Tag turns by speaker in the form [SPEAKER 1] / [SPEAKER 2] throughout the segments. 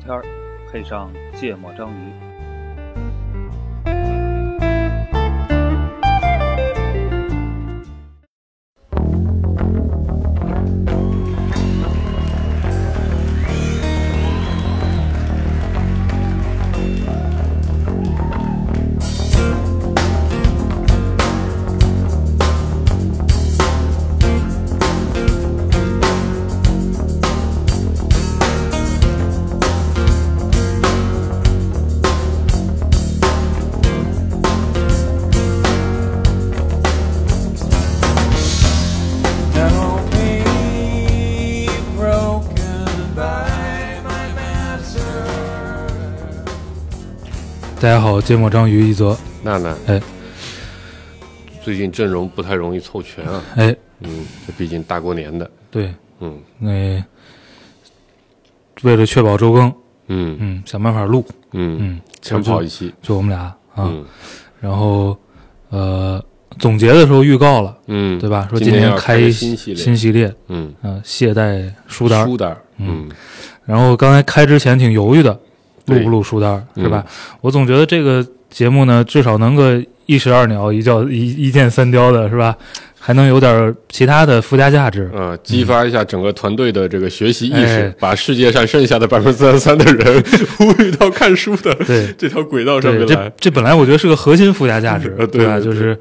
[SPEAKER 1] 天儿，配上芥末章鱼。
[SPEAKER 2] Don't be broken by my master.
[SPEAKER 3] 大家好，芥末章鱼一泽，
[SPEAKER 4] 娜娜，
[SPEAKER 3] 哎，
[SPEAKER 4] 最近阵容不太容易凑全 啊，
[SPEAKER 3] 哎，
[SPEAKER 4] 嗯，这毕竟大过年的，
[SPEAKER 3] 对，
[SPEAKER 4] 嗯
[SPEAKER 3] 那、为了确保周更，
[SPEAKER 4] 嗯
[SPEAKER 3] 嗯，想办法录，
[SPEAKER 4] 嗯，
[SPEAKER 3] 嗯，
[SPEAKER 4] 抢跑一期，
[SPEAKER 3] 就我们俩啊，
[SPEAKER 4] 嗯
[SPEAKER 3] 然后呃，总结的时候预告了，
[SPEAKER 4] 嗯，
[SPEAKER 3] 对吧？说
[SPEAKER 4] 今
[SPEAKER 3] 年
[SPEAKER 4] 要
[SPEAKER 3] 开
[SPEAKER 4] 个
[SPEAKER 3] 一
[SPEAKER 4] 新系列，
[SPEAKER 3] 新系列，
[SPEAKER 4] 嗯，
[SPEAKER 3] 嗯、懈怠书单儿
[SPEAKER 4] 书。单儿，嗯
[SPEAKER 3] 然后刚才开之前挺犹豫的，录
[SPEAKER 4] 对嗯
[SPEAKER 3] 不录书单儿是吧？我总觉得这个节目呢，至少能个一石二鸟，一叫一一箭三雕的是吧？还能有点其他的附加价值，
[SPEAKER 4] 呃，激发一下整个团队的这个学习意
[SPEAKER 3] 哎
[SPEAKER 4] 识，把世界上剩下的百分之三十三的人呼吁到看书的
[SPEAKER 3] 对
[SPEAKER 4] 这条轨道上
[SPEAKER 3] 对，
[SPEAKER 4] 面
[SPEAKER 3] 这
[SPEAKER 4] 来，，
[SPEAKER 3] 这本来我觉得是个核心附加价值
[SPEAKER 4] 呃 对
[SPEAKER 3] 吧？
[SPEAKER 4] 对对
[SPEAKER 3] 就是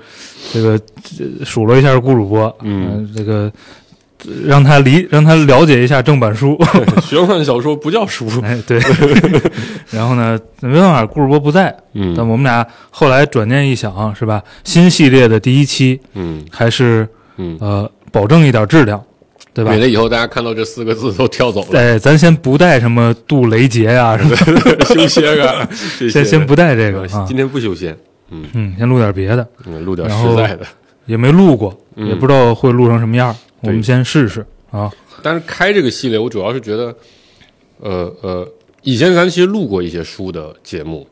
[SPEAKER 3] 这个呃数落一下顾主播，
[SPEAKER 4] 嗯
[SPEAKER 3] 呃这个呃让他理让他了解一下正版 书，
[SPEAKER 4] 玄幻小说不叫书，
[SPEAKER 3] 哎，对。 然后呢，没办法，顾主播不在，
[SPEAKER 4] 嗯
[SPEAKER 3] 但我们俩后来转念一想，是吧？新系列的第一期
[SPEAKER 4] 嗯
[SPEAKER 3] 还是
[SPEAKER 4] 嗯，
[SPEAKER 3] 呃，保证一点质量，对吧
[SPEAKER 4] 免？得以后大家看到这四个字都跳走了，
[SPEAKER 3] 哎，咱先不带什么杜雷杰啊什么的，
[SPEAKER 4] 休歇个，啊这
[SPEAKER 3] 先
[SPEAKER 4] 些
[SPEAKER 3] 先不带这个
[SPEAKER 4] 呃
[SPEAKER 3] 啊
[SPEAKER 4] 今，天不休闲，
[SPEAKER 3] 嗯，先录点别的。
[SPEAKER 4] 嗯，录点
[SPEAKER 3] 然后
[SPEAKER 4] 实在的。
[SPEAKER 3] 也没录过，
[SPEAKER 4] 嗯
[SPEAKER 3] 也不知道会录成什么样儿。我
[SPEAKER 4] 对
[SPEAKER 3] 们先试试啊。
[SPEAKER 4] 但是开这个系列，我主要是觉得，呃呃，以前咱其实录过一些书的节目，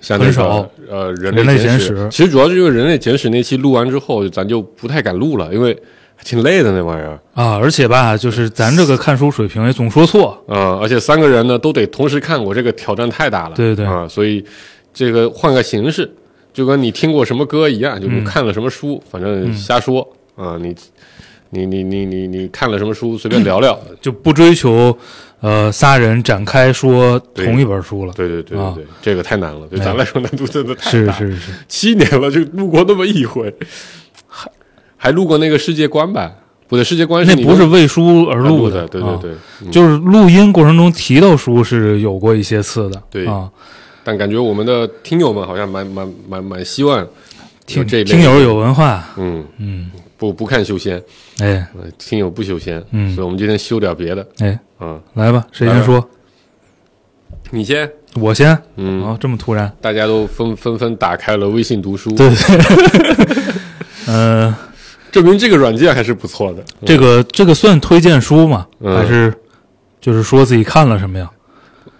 [SPEAKER 4] 像那
[SPEAKER 3] 很
[SPEAKER 4] 个
[SPEAKER 3] 少
[SPEAKER 4] 呃《人
[SPEAKER 3] 人类
[SPEAKER 4] 简
[SPEAKER 3] 简史
[SPEAKER 4] 其实主要是因为《人类简史》那期录完之后，咱就不太敢录了，因为挺累的那玩意儿
[SPEAKER 3] 啊，而且吧，就是咱这个看书水平也总说错，
[SPEAKER 4] 啊、而且三个人呢都得同时看，我这个挑战太大了，
[SPEAKER 3] 对对
[SPEAKER 4] 啊、所以这个换个形式，就跟你听过什么歌一样，就你
[SPEAKER 3] 嗯
[SPEAKER 4] 看了什么书，反正瞎说啊、你。你你你你你看了什么书？随便聊聊。
[SPEAKER 3] 就不追求呃仨人展开说
[SPEAKER 4] 对
[SPEAKER 3] 同一本书了。
[SPEAKER 4] 对对对
[SPEAKER 3] 啊哎
[SPEAKER 4] 对对，这个太难了，对咱来说难度真的太大。
[SPEAKER 3] 是是是，
[SPEAKER 4] 七年了就录过那么一回，还还录过那个世界观吧？不对，世界观
[SPEAKER 3] 那
[SPEAKER 4] 你
[SPEAKER 3] 不是为书而
[SPEAKER 4] 单
[SPEAKER 3] 录
[SPEAKER 4] 的，对对
[SPEAKER 3] 啊
[SPEAKER 4] 对。嗯
[SPEAKER 3] 就是录音过程中提到书是有过一些次的，
[SPEAKER 4] 对
[SPEAKER 3] 啊，
[SPEAKER 4] 但感觉我们的听友们好像蛮蛮蛮蛮希望
[SPEAKER 3] 听
[SPEAKER 4] 有这一类
[SPEAKER 3] 听友有文化，
[SPEAKER 4] 嗯嗯不不看修仙，
[SPEAKER 3] 哎
[SPEAKER 4] 呃听友不修仙，
[SPEAKER 3] 嗯
[SPEAKER 4] 所以我们今天修点别的
[SPEAKER 3] 哎，
[SPEAKER 4] 啊。
[SPEAKER 3] 来吧，谁先
[SPEAKER 4] 来吧
[SPEAKER 3] 说？
[SPEAKER 4] 你先，
[SPEAKER 3] 我先
[SPEAKER 4] 嗯，
[SPEAKER 3] 啊，这么突然，
[SPEAKER 4] 大家都纷纷纷打开了微信读书，
[SPEAKER 3] 对， 嗯。
[SPEAKER 4] 证明这个软件还是不错的。
[SPEAKER 3] 这个这个算推荐书吗？
[SPEAKER 4] 嗯
[SPEAKER 3] 还是就是说自己看了什么呀？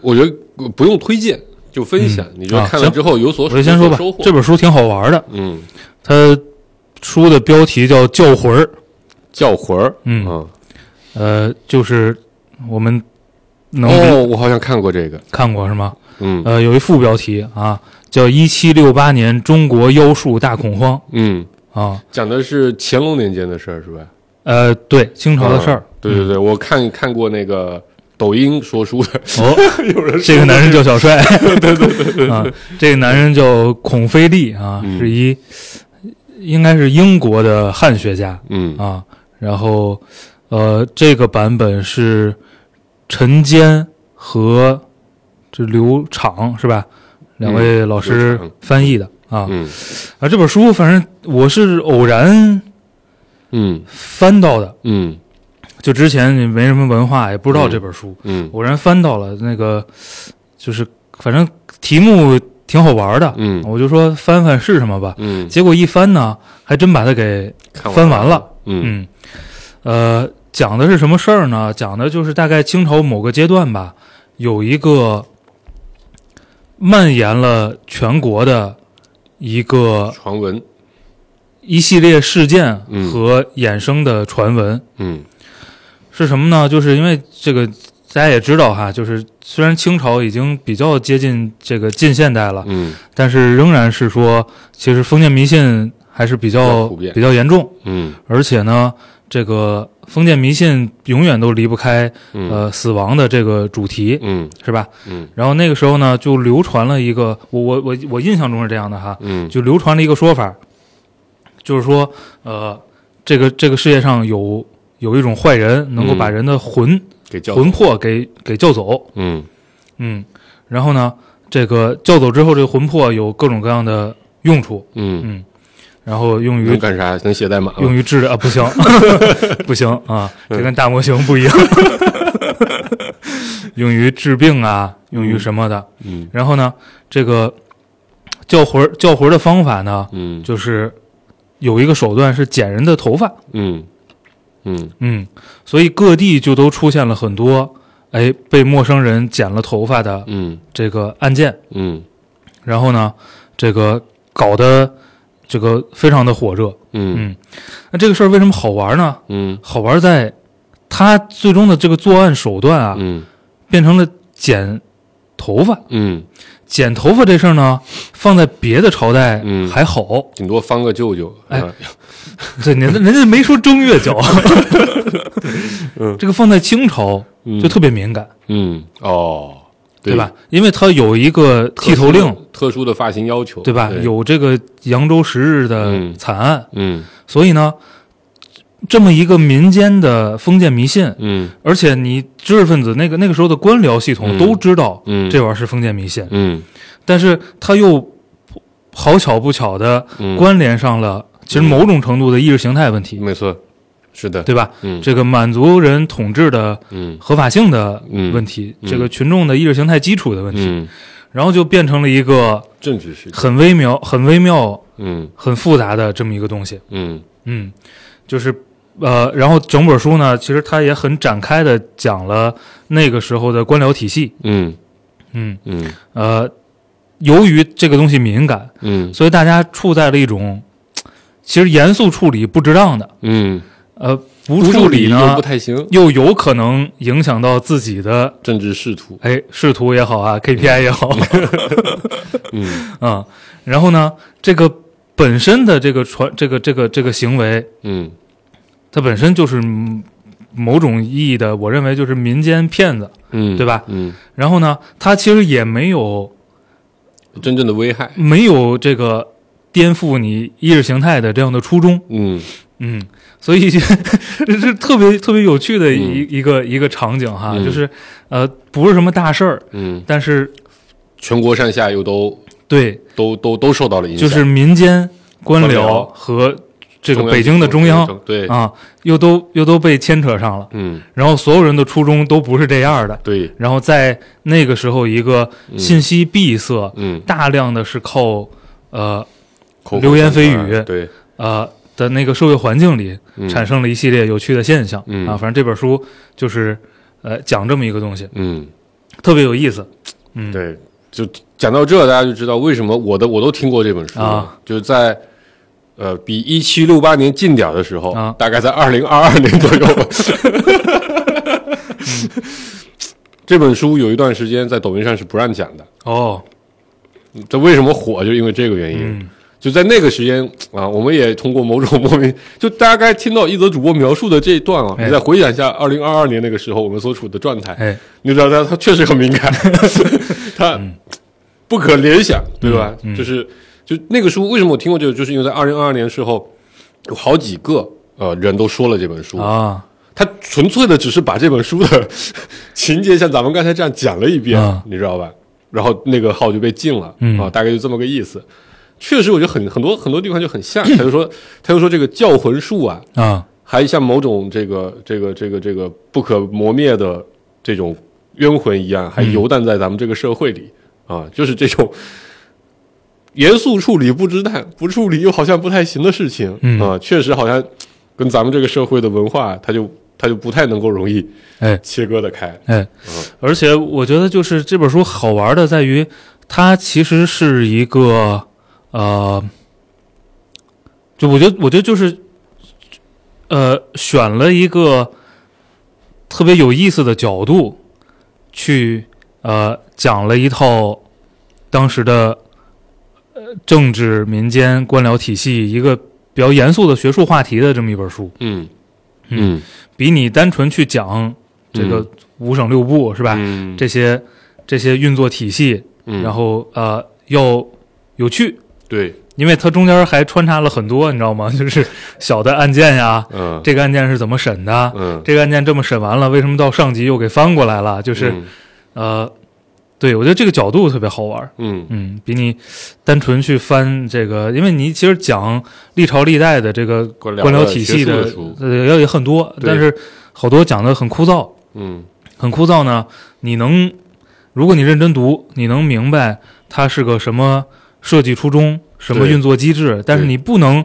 [SPEAKER 4] 我觉得不用推荐，就分享，你觉得
[SPEAKER 3] 啊
[SPEAKER 4] 看了
[SPEAKER 3] 行
[SPEAKER 4] 之后有所
[SPEAKER 3] 我就先说吧
[SPEAKER 4] 有所收，获
[SPEAKER 3] 这本书挺好玩的，
[SPEAKER 4] 嗯。
[SPEAKER 3] 它书的标题叫《叫魂儿》，
[SPEAKER 4] 叫魂儿，
[SPEAKER 3] 嗯呃，就是我们能
[SPEAKER 4] 哦，我好像看过这个，
[SPEAKER 3] 看过是吗？
[SPEAKER 4] 嗯
[SPEAKER 3] 呃，有一副标题啊，叫《一七六八年中国妖术大恐慌
[SPEAKER 4] 嗯，》
[SPEAKER 3] 啊，
[SPEAKER 4] 讲的是乾隆年间的事儿是吧？
[SPEAKER 3] 呃，对，清朝的事儿
[SPEAKER 4] 嗯。对对对，我看看过那个抖音说书的，
[SPEAKER 3] 哦，
[SPEAKER 4] 有人
[SPEAKER 3] 这个男人叫小帅，对 对对对啊，这个男人叫孔飞利啊，
[SPEAKER 4] 嗯
[SPEAKER 3] 是一应该是英国的汉学家
[SPEAKER 4] 嗯
[SPEAKER 3] 啊。然后，呃，这个版本是陈坚和这刘昶是吧？两位老师
[SPEAKER 4] 刘昶
[SPEAKER 3] 翻译的啊
[SPEAKER 4] 嗯
[SPEAKER 3] 啊，这本书反正我是偶然
[SPEAKER 4] 嗯
[SPEAKER 3] 翻到的，
[SPEAKER 4] 嗯
[SPEAKER 3] 就之前也没什么文化，也不知道这本书，
[SPEAKER 4] 嗯
[SPEAKER 3] 偶然翻到了那个，就是反正题目挺好玩的，
[SPEAKER 4] 嗯
[SPEAKER 3] 我就说翻翻是什么吧。
[SPEAKER 4] 嗯，
[SPEAKER 3] 结果一翻呢，还真把它给
[SPEAKER 4] 看
[SPEAKER 3] 翻完了。，
[SPEAKER 4] 嗯
[SPEAKER 3] 嗯，呃，讲的是什么事儿呢？讲的就是大概清朝某个阶段吧，有一个蔓延了全国的一个
[SPEAKER 4] 传闻，
[SPEAKER 3] 一系列事件
[SPEAKER 4] 嗯
[SPEAKER 3] 和衍生的传闻。
[SPEAKER 4] 嗯
[SPEAKER 3] 是什么呢？就是因为这个大家也知道哈，就是虽然清朝已经比较接近这个近现代了，
[SPEAKER 4] 嗯
[SPEAKER 3] 但是仍然是说，其实封建迷信还是比
[SPEAKER 4] 比
[SPEAKER 3] 较
[SPEAKER 4] 较普遍
[SPEAKER 3] 比较严重，
[SPEAKER 4] 嗯
[SPEAKER 3] 而且呢，这个封建迷信永远都离不开
[SPEAKER 4] 嗯
[SPEAKER 3] 呃死亡的这个主题，
[SPEAKER 4] 嗯
[SPEAKER 3] 是吧？
[SPEAKER 4] 嗯
[SPEAKER 3] 然后那个时候呢，就流传了一个，我我我我印象中是这样的哈，
[SPEAKER 4] 嗯
[SPEAKER 3] 就流传了一个说法，就是说，呃，这个这个世界上有有一种坏人能够把
[SPEAKER 4] 嗯
[SPEAKER 3] 人的魂、
[SPEAKER 4] 给叫
[SPEAKER 3] 魂魄给给叫走，
[SPEAKER 4] 嗯
[SPEAKER 3] 嗯，然后呢，这个叫走之后，这个魂魄有各种各样的用处，
[SPEAKER 4] 嗯，
[SPEAKER 3] 然后用于
[SPEAKER 4] 能干啥？能写代码
[SPEAKER 3] 嗯用
[SPEAKER 4] 吗？
[SPEAKER 3] 于治疗啊，不 行，不行啊，这
[SPEAKER 4] 嗯
[SPEAKER 3] 跟大模型不一样，用于治病啊，用于什么的。
[SPEAKER 4] 嗯
[SPEAKER 3] 然后呢，这个叫魂儿叫魂儿的方法呢，
[SPEAKER 4] 嗯
[SPEAKER 3] 就是有一个手段是剪人的头发，
[SPEAKER 4] 嗯嗯
[SPEAKER 3] 嗯，所以各地就都出现了很多哎被陌生人剪了头发的
[SPEAKER 4] 嗯
[SPEAKER 3] 这个案件。
[SPEAKER 4] 嗯
[SPEAKER 3] 然后呢，这个搞得这个非常的火热。
[SPEAKER 4] 嗯
[SPEAKER 3] 那这个事儿为什么好玩呢？
[SPEAKER 4] 嗯
[SPEAKER 3] 好玩在他最终的这个作案手段啊，
[SPEAKER 4] 嗯
[SPEAKER 3] 变成了剪头发。
[SPEAKER 4] 嗯，
[SPEAKER 3] 剪头发这事儿呢，放在别的朝代
[SPEAKER 4] 嗯
[SPEAKER 3] 还好，
[SPEAKER 4] 顶多翻个舅舅。
[SPEAKER 3] 哎 这人人家没说正月 角， 这个放在清朝就特别敏感，
[SPEAKER 4] 嗯哦，
[SPEAKER 3] 对吧？？因为它有一个剃头令，
[SPEAKER 4] 特殊的发型要求，
[SPEAKER 3] 对吧？有这个扬州十日的
[SPEAKER 4] 嗯
[SPEAKER 3] 惨案，
[SPEAKER 4] 嗯
[SPEAKER 3] 所以呢，这么一个民间的封建迷信，
[SPEAKER 4] 嗯
[SPEAKER 3] 而且你知识分子那个那个时候的官僚系统
[SPEAKER 4] 嗯
[SPEAKER 3] 都知道
[SPEAKER 4] 嗯
[SPEAKER 3] 这玩意儿是封建迷信，
[SPEAKER 4] 嗯
[SPEAKER 3] 但是他又好巧不巧的
[SPEAKER 4] 嗯，
[SPEAKER 3] 关联上了其实某种程度的意识形态问题，
[SPEAKER 4] 没错，是的，
[SPEAKER 3] 对吧？
[SPEAKER 4] 嗯
[SPEAKER 3] 这个满族人统治的
[SPEAKER 4] 嗯
[SPEAKER 3] 合法性的
[SPEAKER 4] 嗯
[SPEAKER 3] 问题，
[SPEAKER 4] 嗯
[SPEAKER 3] 这个群众的意识形态基础的问题，
[SPEAKER 4] 嗯，
[SPEAKER 3] 然后就变成了一个
[SPEAKER 4] 政治事件，
[SPEAKER 3] 很微妙、很微妙、
[SPEAKER 4] 嗯
[SPEAKER 3] 很复杂的这么一个东西。
[SPEAKER 4] 嗯
[SPEAKER 3] 嗯，就是呃，然后整本书呢，其实它也很展开的讲了那个时候的官僚体系。
[SPEAKER 4] 嗯
[SPEAKER 3] 嗯，
[SPEAKER 4] 嗯
[SPEAKER 3] 呃，由于这个东西敏感，
[SPEAKER 4] 嗯
[SPEAKER 3] 所以大家处在了一种其实严肃处理不值当的，
[SPEAKER 4] 嗯，
[SPEAKER 3] 呃，不
[SPEAKER 4] 不
[SPEAKER 3] 处理
[SPEAKER 4] 理又
[SPEAKER 3] 呢
[SPEAKER 4] 不太行，
[SPEAKER 3] 又有可能影响到自己的
[SPEAKER 4] 政治仕途，
[SPEAKER 3] 哎仕途也好啊，KPI 也好，
[SPEAKER 4] 嗯
[SPEAKER 3] 嗯，然后呢，这个本身的这个传这个这个这个行为，
[SPEAKER 4] 嗯
[SPEAKER 3] 它本身就是嗯某种意义的，我认为就是民间骗子。
[SPEAKER 4] 嗯，
[SPEAKER 3] 对吧
[SPEAKER 4] 嗯，
[SPEAKER 3] 然后呢，它其实也没有
[SPEAKER 4] 真正的危害，
[SPEAKER 3] 没有这个颠覆你意识形态的这样的初衷，
[SPEAKER 4] 嗯
[SPEAKER 3] 嗯，所以 这是特别特别有趣的一、
[SPEAKER 4] 嗯
[SPEAKER 3] 一个一个场景哈，
[SPEAKER 4] 嗯
[SPEAKER 3] 就是呃不是什么大事儿，
[SPEAKER 4] 嗯，
[SPEAKER 3] 但是
[SPEAKER 4] 全国上下又都
[SPEAKER 3] 对，
[SPEAKER 4] 都都都受到了影响，
[SPEAKER 3] 就是民间官
[SPEAKER 4] 官
[SPEAKER 3] 僚
[SPEAKER 4] 僚
[SPEAKER 3] 和这个
[SPEAKER 4] 中央
[SPEAKER 3] 北京的中央
[SPEAKER 4] 对，
[SPEAKER 3] 啊，又都又都被牵扯上了，
[SPEAKER 4] 嗯
[SPEAKER 3] 然后所有人的初衷都不是这样的，
[SPEAKER 4] 对，
[SPEAKER 3] 然后在那个时候，一个信息闭塞，
[SPEAKER 4] 嗯，
[SPEAKER 3] 大量的是靠呃
[SPEAKER 4] 口口
[SPEAKER 3] 流言
[SPEAKER 4] 相传
[SPEAKER 3] 蜚语
[SPEAKER 4] 对，
[SPEAKER 3] 呃的那个社会环境里，
[SPEAKER 4] 嗯
[SPEAKER 3] 产生了一系列有趣的现象、
[SPEAKER 4] 嗯
[SPEAKER 3] 啊。反正这本书就是呃讲这么一个东西，
[SPEAKER 4] 嗯。
[SPEAKER 3] 特别有意思。嗯，
[SPEAKER 4] 对，就讲到这，大家就知道为什么我的我都听过这本书了
[SPEAKER 3] 啊
[SPEAKER 4] 就是在呃比一七六八年近点儿的时候，
[SPEAKER 3] 啊
[SPEAKER 4] 大概在二零二二年左右。 这本书有一段时间在抖音上是不让讲的，
[SPEAKER 3] 哦，
[SPEAKER 4] 这为什么火？就因为这个原因。
[SPEAKER 3] 嗯
[SPEAKER 4] 就在那个时间啊，我们也通过某种莫名，就大概听到一则主播描述的这一段啊，
[SPEAKER 3] 哎
[SPEAKER 4] 你再回想一下二零二二年那个时候我们所处的状态，
[SPEAKER 3] 哎，
[SPEAKER 4] 你知道他他确实很敏 感，他
[SPEAKER 3] 嗯
[SPEAKER 4] 不可联想，对吧？就是就那个书为什么我听过这个，就是因为在二零二二年时候，有好几个呃人都说了这本书，
[SPEAKER 3] 啊，
[SPEAKER 4] 他纯粹的只是把这本书的 情节像咱们刚才这样讲了一遍，
[SPEAKER 3] 啊
[SPEAKER 4] 你知道吧？然后那个号就被禁了，
[SPEAKER 3] 嗯
[SPEAKER 4] 啊，大概就这么个意思。确实，我觉得很很多很多地方就很像，他就说他就说这个教魂术啊，
[SPEAKER 3] 啊，
[SPEAKER 4] 还像某种这个这个这个这个不可磨灭的这种冤魂一样，还游荡在咱们这个社会里、啊，就是这种严肃处理不值当，不处理又好像不太行的事情、
[SPEAKER 3] 嗯
[SPEAKER 4] 啊，确实好像跟咱们这个社会的文化，它就它就不太能够容易
[SPEAKER 3] 哎
[SPEAKER 4] 切割的开。
[SPEAKER 3] 哎，而且我觉得就是这本书好玩的在于，它其实是一个呃，就我觉得我觉得就是呃选了一个特别有意思的角度去呃讲了一套当时的呃政治、民间、官僚体系一个比较严肃的学术话题的这么一本书，
[SPEAKER 4] 嗯嗯，
[SPEAKER 3] 比你单纯去讲这个五省六部、是吧？
[SPEAKER 4] 嗯，
[SPEAKER 3] 啊这些这些运作体系，
[SPEAKER 4] 嗯
[SPEAKER 3] 然后呃要有趣，
[SPEAKER 4] 对，
[SPEAKER 3] 因为它中间还穿插了很多，你知道吗？ 就是小的案件呀，
[SPEAKER 4] 嗯
[SPEAKER 3] 这个案件是怎么审的？
[SPEAKER 4] 嗯，
[SPEAKER 3] 这个案件这么审完了，为什么到上级又给翻过来了？就是、
[SPEAKER 4] 嗯
[SPEAKER 3] 呃，对我觉得这个角度特别好玩儿，
[SPEAKER 4] 嗯
[SPEAKER 3] 嗯，比你单纯去翻这个，因为你其实讲历朝历代的这个
[SPEAKER 4] 官僚
[SPEAKER 3] 官僚
[SPEAKER 4] 的
[SPEAKER 3] 体
[SPEAKER 4] 学
[SPEAKER 3] 系
[SPEAKER 4] 术的
[SPEAKER 3] 的
[SPEAKER 4] 书，
[SPEAKER 3] 呃，也也很多，
[SPEAKER 4] 对
[SPEAKER 3] 但是好多讲的很枯燥，
[SPEAKER 4] 嗯
[SPEAKER 3] 很枯燥呢，你能，如果你认真读，你能明白它是个什么设计初衷，什么
[SPEAKER 4] 对
[SPEAKER 3] 运作机制，但是你不能，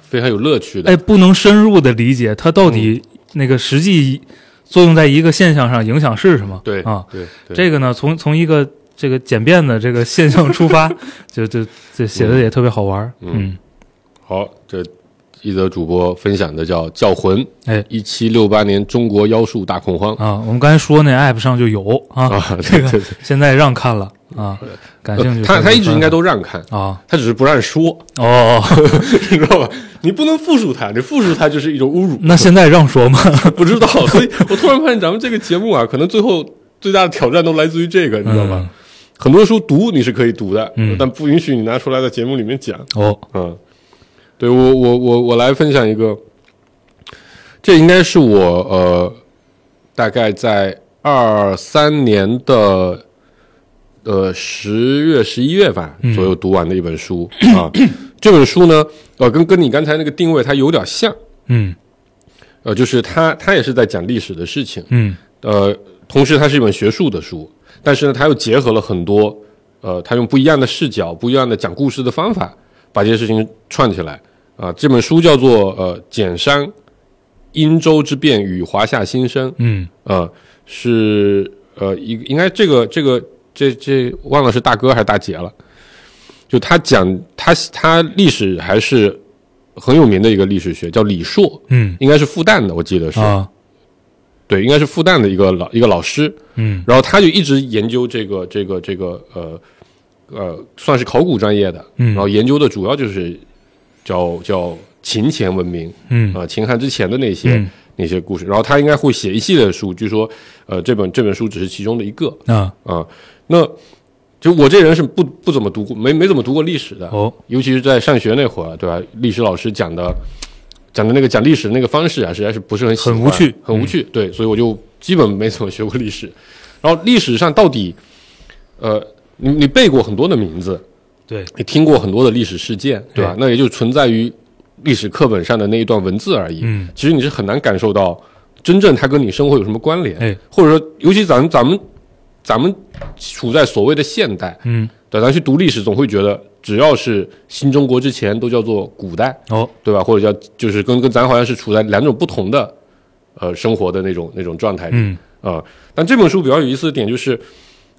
[SPEAKER 4] 非常有乐趣的，
[SPEAKER 3] 哎，不能深入的理解它到底
[SPEAKER 4] 嗯
[SPEAKER 3] 那个实际作用在一个现象上影响是什么。
[SPEAKER 4] 对
[SPEAKER 3] 啊，
[SPEAKER 4] 对，对
[SPEAKER 3] 这个呢，从从一个这个简便的这个现象出 发，就就这写的也特别好玩儿。
[SPEAKER 4] 嗯
[SPEAKER 3] 嗯，
[SPEAKER 4] 好，这一则主播分享的叫《叫魂》，
[SPEAKER 3] 哎
[SPEAKER 4] 一七六八年中国妖术大恐慌
[SPEAKER 3] 啊，我们刚才说那 app 上就有啊，
[SPEAKER 4] 啊，
[SPEAKER 3] 这个
[SPEAKER 4] 对
[SPEAKER 3] 现在让看了啊，感兴趣可以翻
[SPEAKER 4] 他
[SPEAKER 3] 翻。
[SPEAKER 4] 他一直应该都让看，
[SPEAKER 3] 啊，
[SPEAKER 4] 他只是不让说，
[SPEAKER 3] 哦 哦，哦
[SPEAKER 4] 你知道吧？你不能复述他，你复述他就是一种侮 辱。
[SPEAKER 3] 那现在让说吗？
[SPEAKER 4] 不知道，所以我突然发现咱们这个节目啊，可能最后最大的挑战都来自于这个，你知道吧？很多书读你是可以读的，
[SPEAKER 3] 嗯
[SPEAKER 4] 但不允许你拿出来在节目里面讲。
[SPEAKER 3] 哦，
[SPEAKER 4] 嗯，对我我我我来分享一个，这应该是我呃，大概在二三年的呃十月十一月吧左右读完的一本书、啊。这本书呢，呃，跟跟你刚才那个定位它有点像，
[SPEAKER 3] 嗯
[SPEAKER 4] 呃，就是它它也是在讲历史的事情，
[SPEAKER 3] 嗯
[SPEAKER 4] 呃，同时它是一本学术的书，但是呢，它又结合了很多，呃，它用不一样的视角、不一样的讲故事的方法，把这些事情串起来。啊、这本书叫做《呃简山殷周之变与华夏新生》，
[SPEAKER 3] 嗯
[SPEAKER 4] 呃，是呃一应该这个这个这这忘了是大哥还是大姐了，就他讲他他历史还是很有名的一个历史学，叫李硕，
[SPEAKER 3] 嗯
[SPEAKER 4] 应该是复旦的，我记得是，
[SPEAKER 3] 啊
[SPEAKER 4] 对，应该是复旦的一个老一个老师，
[SPEAKER 3] 嗯
[SPEAKER 4] 然后他就一直研究这个这个这个呃呃，算是考古专业的，
[SPEAKER 3] 嗯
[SPEAKER 4] 然后研究的主要就是叫叫秦前文明
[SPEAKER 3] 嗯
[SPEAKER 4] 啊、呃秦汉之前的那些、
[SPEAKER 3] 嗯
[SPEAKER 4] 那些故事，然后他应该会写一系列的书，据说呃这本这本书只是其中的一个
[SPEAKER 3] 啊
[SPEAKER 4] 啊、那就我这人是不不怎么读过，没没怎么读过历史的，
[SPEAKER 3] 哦
[SPEAKER 4] 尤其是在上学那会儿，对吧？历史老师讲的讲的那个讲历史的那个方式啊，实在是不是很喜欢
[SPEAKER 3] 很无趣嗯
[SPEAKER 4] 很无趣。对，所以我就基本没怎么学过历史。然后历史上到底，呃，你你背过很多的名字，
[SPEAKER 3] 对
[SPEAKER 4] 你听过很多的历史事件，对吧？
[SPEAKER 3] 对
[SPEAKER 4] 那也就存在于历史课本上的那一段文字而已。
[SPEAKER 3] 嗯
[SPEAKER 4] 其实你是很难感受到真正它跟你生活有什么关联，
[SPEAKER 3] 哎
[SPEAKER 4] 或者说，尤其咱们咱们咱们处在所谓的现代，
[SPEAKER 3] 嗯
[SPEAKER 4] 对，咱去读历史，总会觉得只要是新中国之前都叫做古代，
[SPEAKER 3] 哦
[SPEAKER 4] 对吧？或者叫就是跟跟咱好像是处在两种不同的呃生活的那种那种状态里
[SPEAKER 3] 嗯
[SPEAKER 4] 啊、但这本书比较有意思的点就是，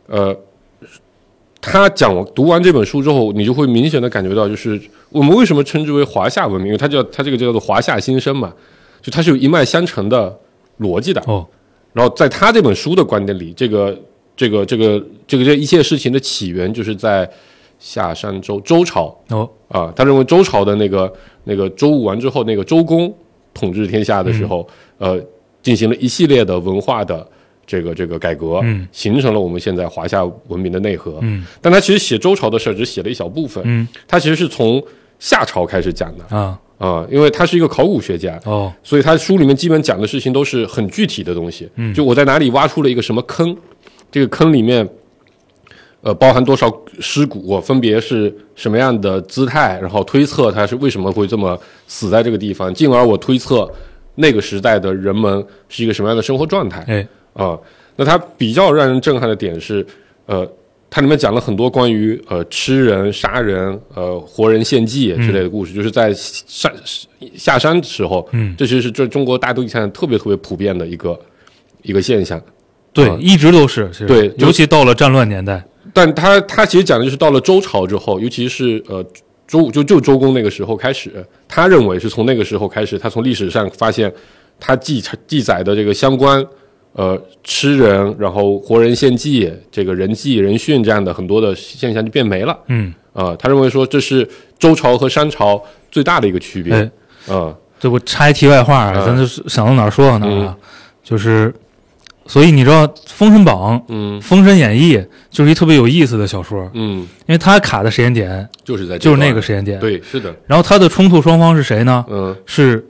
[SPEAKER 4] 呃，他讲完读完这本书之后，你就会明显的感觉到，就是我们为什么称之为华夏文明，因为它叫它这个就叫做华夏新生嘛，就它是有一脉相承的逻辑的。
[SPEAKER 3] 哦
[SPEAKER 4] 然后在他这本书的观点里，这个这个这个这个这一切事情的起源就是在夏商周周朝
[SPEAKER 3] 哦
[SPEAKER 4] 啊、他认为周朝的那个那个周武完之后，那个周公统治天下的时候，
[SPEAKER 3] 嗯
[SPEAKER 4] 呃，进行了一系列的文化的这个这个改革，
[SPEAKER 3] 嗯
[SPEAKER 4] 形成了我们现在华夏文明的内核。
[SPEAKER 3] 嗯
[SPEAKER 4] 但他其实写周朝的事儿只写了一小部分，
[SPEAKER 3] 嗯
[SPEAKER 4] 他其实是从夏朝开始讲的
[SPEAKER 3] 啊
[SPEAKER 4] 啊、因为他是一个考古学家，
[SPEAKER 3] 哦
[SPEAKER 4] 所以他书里面基本讲的事情都是很具体的东西，
[SPEAKER 3] 嗯
[SPEAKER 4] 就我在哪里挖出了一个什么坑，这个坑里面，呃，包含多少尸骨，分别是什么样的姿态，然后推测他是为什么会这么死在这个地方，进而我推测那个时代的人们是一个什么样的生活状态
[SPEAKER 3] 哎
[SPEAKER 4] 啊、那他比较让人震撼的点是，呃。它里面讲了很多关于呃吃人、杀人、呃活人献祭之类的故事，就是在上下山的时候，
[SPEAKER 3] 嗯
[SPEAKER 4] 这其实是这中国大陆现在特别特别普遍的一个一个现象。
[SPEAKER 3] 对，一直都是其实
[SPEAKER 4] 啊对就
[SPEAKER 3] 尤其到了战乱年代，
[SPEAKER 4] 但他他其实讲的就是到了周朝之后，尤其是呃周就就周公那个时候开始，他认为是从那个时候开始，他从历史上发现他记记载的这个相关呃吃人，然后活人献祭，这个人祭人殉这样的很多的现象就变没了。
[SPEAKER 3] 嗯，
[SPEAKER 4] 啊、他认为说这是周朝和商朝最大的一个区别。
[SPEAKER 3] 哎
[SPEAKER 4] 啊、嗯，
[SPEAKER 3] 这我插一题外话啊，
[SPEAKER 4] 嗯
[SPEAKER 3] 咱就是想到哪儿说到哪儿啊，就是，所以你知道《封神榜》《
[SPEAKER 4] 嗯
[SPEAKER 3] 封神演义》就是一特别有意思的小说，
[SPEAKER 4] 嗯，
[SPEAKER 3] 因为它卡的时间点
[SPEAKER 4] 就是在这
[SPEAKER 3] 就是那
[SPEAKER 4] 段
[SPEAKER 3] 个时间点，
[SPEAKER 4] 对，是的，
[SPEAKER 3] 然后它的冲突双方是谁呢？
[SPEAKER 4] 嗯
[SPEAKER 3] 是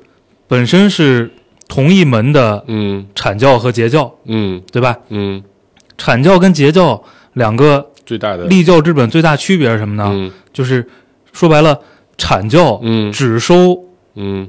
[SPEAKER 3] 本身是同一门的
[SPEAKER 4] 嗯
[SPEAKER 3] 阐教和截教，
[SPEAKER 4] 嗯
[SPEAKER 3] 对吧？
[SPEAKER 4] 嗯，
[SPEAKER 3] 阐教跟截教两个
[SPEAKER 4] 最大的
[SPEAKER 3] 立教之本最大区别是什么呢？
[SPEAKER 4] 嗯
[SPEAKER 3] 就是说白了，阐教
[SPEAKER 4] 嗯
[SPEAKER 3] 只收
[SPEAKER 4] 嗯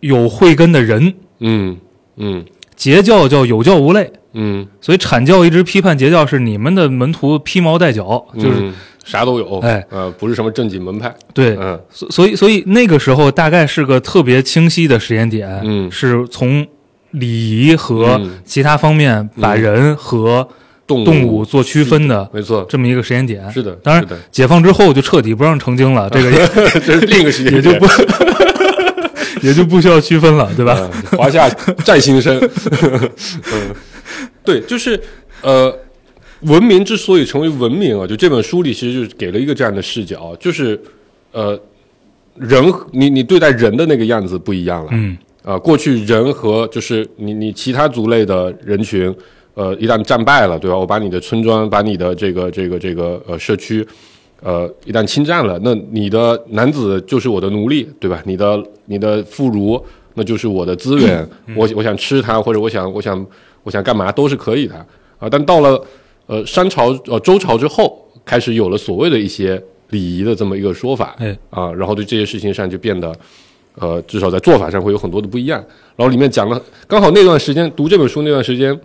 [SPEAKER 3] 有慧根的人，
[SPEAKER 4] 嗯嗯
[SPEAKER 3] 截教叫有教无类。
[SPEAKER 4] 嗯，
[SPEAKER 3] 所以阐教一直批判截教是你们的门徒披毛戴角，就是、
[SPEAKER 4] 嗯啥都有，
[SPEAKER 3] 哎
[SPEAKER 4] 呃，不是什么正经门派，
[SPEAKER 3] 对。
[SPEAKER 4] 嗯
[SPEAKER 3] 所所以所以那个时候大概是个特别清晰的时间点，
[SPEAKER 4] 嗯
[SPEAKER 3] 是从礼仪和
[SPEAKER 4] 嗯
[SPEAKER 3] 其他方面把
[SPEAKER 4] 嗯
[SPEAKER 3] 人和
[SPEAKER 4] 动
[SPEAKER 3] 动物做区分的
[SPEAKER 4] 没错，
[SPEAKER 3] 这么一个时间点。
[SPEAKER 4] 是的，
[SPEAKER 3] 当然
[SPEAKER 4] 是的，
[SPEAKER 3] 解放之后就彻底不让成精 了，这个也
[SPEAKER 4] 这是另一个世界，
[SPEAKER 3] 也就不 也就不需要区分了，对吧？
[SPEAKER 4] 嗯 华夏再新生。 嗯，对，就是呃，文明之所以成为文明啊，就这本书里其实就是给了一个这样的视角，啊就是呃，人你你对待人的那个样子不一样了。
[SPEAKER 3] 嗯
[SPEAKER 4] 啊、过去人和就是你你其他族类的人群，呃，一旦战败了，对吧？我把你的村庄，把你的这个这个这个呃社区，呃，一旦侵占了，那你的男子就是我的奴隶，对吧？你的你的妇孺，那就是我的资源，我我想吃它，或者我想我想我想干嘛都是可以的啊、但到了呃商朝呃周朝之后，开始有了所谓的一些礼仪的这么一个说法，
[SPEAKER 3] 哎
[SPEAKER 4] 啊、然后对这些事情上就变得。呃，至少在做法上会有很多的不一样。然后里面讲了，刚好那段时间读这本书那段时间，《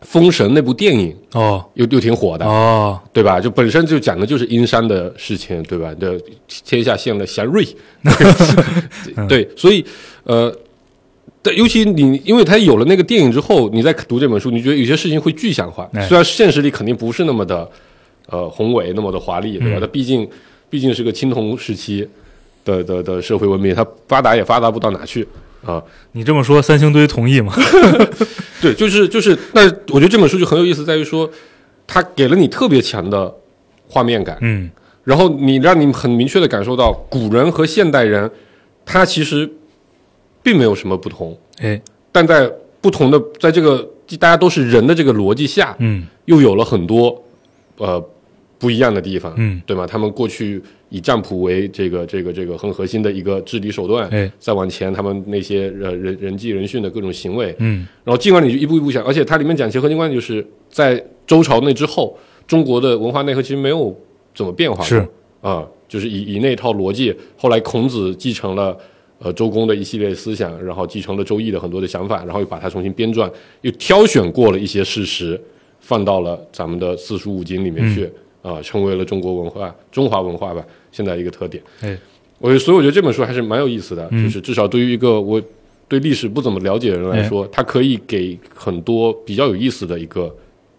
[SPEAKER 4] 封神》那部电影
[SPEAKER 3] 哦
[SPEAKER 4] 又又挺火的，
[SPEAKER 3] 哦，
[SPEAKER 4] 对吧？就本身就讲的就是殷商的事情，对吧？这天下献了祥瑞，对，所以呃，但尤其你因为他有了那个电影之后，你再读这本书，你觉得有些事情会具象化
[SPEAKER 3] 哎，
[SPEAKER 4] 虽然现实里肯定不是那么的呃宏伟，那么的华丽，对吧？它毕竟毕竟是个青铜时期的的的社会文明，它发达也发达不到哪去啊、
[SPEAKER 3] 你这么说，三星堆同意 吗？
[SPEAKER 4] 对，就是就是，但是我觉得这本书就很有意思，在于说它给了你特别强的画面感。
[SPEAKER 3] 嗯，
[SPEAKER 4] 然后你让你很明确的感受到古人和现代人，他其实并没有什么不同，
[SPEAKER 3] 哎，
[SPEAKER 4] 但在不同的在这个大家都是人的这个逻辑下，
[SPEAKER 3] 嗯
[SPEAKER 4] 又有了很多呃不一样的地方，
[SPEAKER 3] 嗯，
[SPEAKER 4] 对吗？他们过去以占卜为这个这个这个很核心的一个治理手段，
[SPEAKER 3] 哎
[SPEAKER 4] 再往前他们那些呃人人际人训的各种行为，
[SPEAKER 3] 嗯
[SPEAKER 4] 然后尽管你就一步一步想，而且它里面讲其实核心观点就是在周朝那之后，中国的文化内核其实没有怎么变化过，
[SPEAKER 3] 是
[SPEAKER 4] 啊、就是以以那套逻辑，后来孔子继承了呃周公的一系列思想，然后继承了周易的很多的想法，然后又把它重新编撰，又挑选过了一些事实，放到了咱们的四书五经里面去，
[SPEAKER 3] 嗯
[SPEAKER 4] 啊、成为了中国文化、中华文化吧现在一个特点。
[SPEAKER 3] 哎，嗯
[SPEAKER 4] 我觉得所以我觉得这本书还是蛮有意思的，就是至少对于一个我对历史不怎么了解的人来
[SPEAKER 3] 哎
[SPEAKER 4] 说，它可以给很多比较有意思的一个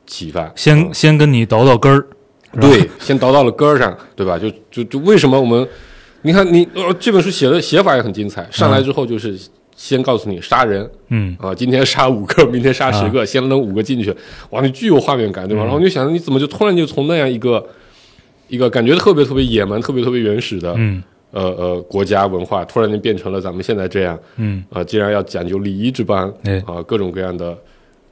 [SPEAKER 4] 启发。啊
[SPEAKER 3] 先先跟你倒倒根儿，
[SPEAKER 4] 对，先倒到了根儿上，对吧？就就就为什么我们，你看你呃这本书写的写法也很精彩，上来之后就是先告诉你杀人
[SPEAKER 3] 嗯
[SPEAKER 4] 啊，今天杀五个，明天杀十个，先扔五个进去，哇，你具有画面感，对吧？然后你就想你怎么就突然就从那样一个一个感觉特别特别野蛮、特别特别原始的，
[SPEAKER 3] 嗯
[SPEAKER 4] 呃呃国家文化，突然间变成了咱们现在这样，
[SPEAKER 3] 嗯，
[SPEAKER 4] 啊、竟然要讲究礼仪之邦，啊、
[SPEAKER 3] 哎
[SPEAKER 4] 各种各样的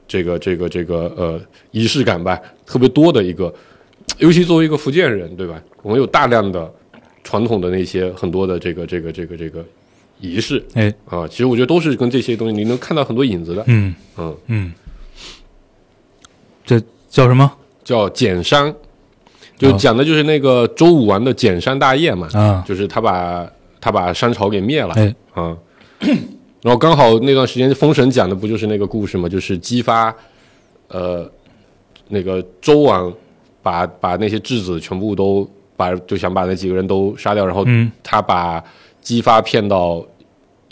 [SPEAKER 4] 这个这个这个呃仪式感吧，特别多的一个，尤其作为一个福建人，对吧？我们有大量的传统的那些很多的这个这个这个这个仪式
[SPEAKER 3] 哎，
[SPEAKER 4] 啊、其实我觉得都是跟这些东西你能看到很多影子的，
[SPEAKER 3] 嗯
[SPEAKER 4] 嗯，
[SPEAKER 3] 嗯，这叫什么
[SPEAKER 4] 叫简商，就讲的就是那个周武王的简商大业嘛，
[SPEAKER 3] 哦啊？
[SPEAKER 4] 就是他把他把商朝给灭了，
[SPEAKER 3] 哎，
[SPEAKER 4] 啊。然后刚好那段时间《封神》讲的不就是那个故事嘛，就是激发，呃，那个周王把把那些质子全部都把就想把那几个人都杀掉，然后
[SPEAKER 3] 嗯
[SPEAKER 4] 他把姬发骗到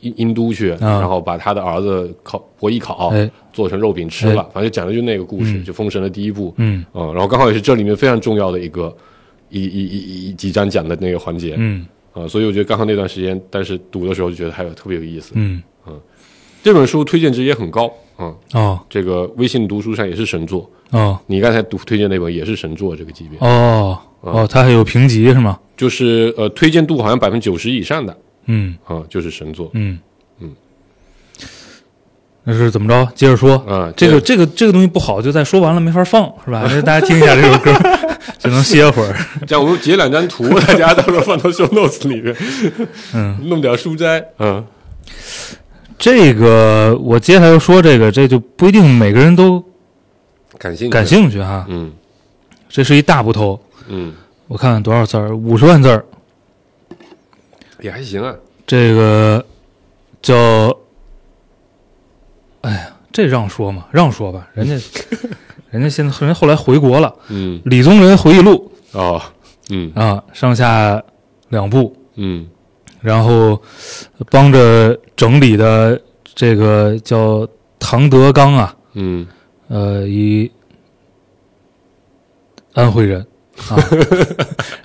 [SPEAKER 4] 殷殷都去，然后把他的儿子烤伯邑考
[SPEAKER 3] 啊哎
[SPEAKER 4] 做成肉饼吃了，反正讲的就那个故事，就《封神》的第一部，
[SPEAKER 3] 嗯
[SPEAKER 4] 嗯，然后刚好也是这里面非常重要的一个一一一一几章讲的那个环节，呃
[SPEAKER 3] 嗯
[SPEAKER 4] 啊、所以我觉得刚好那段时间，但是读的时候就觉得还有特别有意思。
[SPEAKER 3] 嗯
[SPEAKER 4] 嗯，这本书推荐值也很高啊、嗯
[SPEAKER 3] 哦
[SPEAKER 4] 这个微信读书上也是神作，
[SPEAKER 3] 哦
[SPEAKER 4] 你刚才读推荐那本也是神作，这个级别
[SPEAKER 3] 哦
[SPEAKER 4] 嗯
[SPEAKER 3] 哦，它还有评级是吗？
[SPEAKER 4] 就是呃推荐度好像百分之九十以上的
[SPEAKER 3] 嗯
[SPEAKER 4] 啊、就是神作
[SPEAKER 3] 嗯嗯，那是怎么着？接着说，
[SPEAKER 4] 啊、
[SPEAKER 3] 这个这个这个东西不好，就在说完了没法放是 吧？那大家听一下这首歌， 就能歇会儿。
[SPEAKER 4] 这样我们截两张图，大家到时候放到 show notes 里面，
[SPEAKER 3] 嗯，
[SPEAKER 4] 弄点书斋，嗯
[SPEAKER 3] 这个我接下来要说这个，这就不一定每个人都
[SPEAKER 4] 感兴趣
[SPEAKER 3] 感兴趣哈。
[SPEAKER 4] 嗯
[SPEAKER 3] 这是一大部头，
[SPEAKER 4] 嗯，
[SPEAKER 3] 我看看多少字儿，五十万字儿。
[SPEAKER 4] 也还行啊，
[SPEAKER 3] 这个叫，哎呀，这让说嘛，让说吧，人 家人家现在人家后来回国了，
[SPEAKER 4] 嗯
[SPEAKER 3] 《李宗仁回忆录
[SPEAKER 4] 哦，嗯》
[SPEAKER 3] 啊，上下两部，
[SPEAKER 4] 嗯
[SPEAKER 3] 然后呃帮着整理的这个叫唐德刚啊，
[SPEAKER 4] 嗯，
[SPEAKER 3] 呃，一安徽人 啊，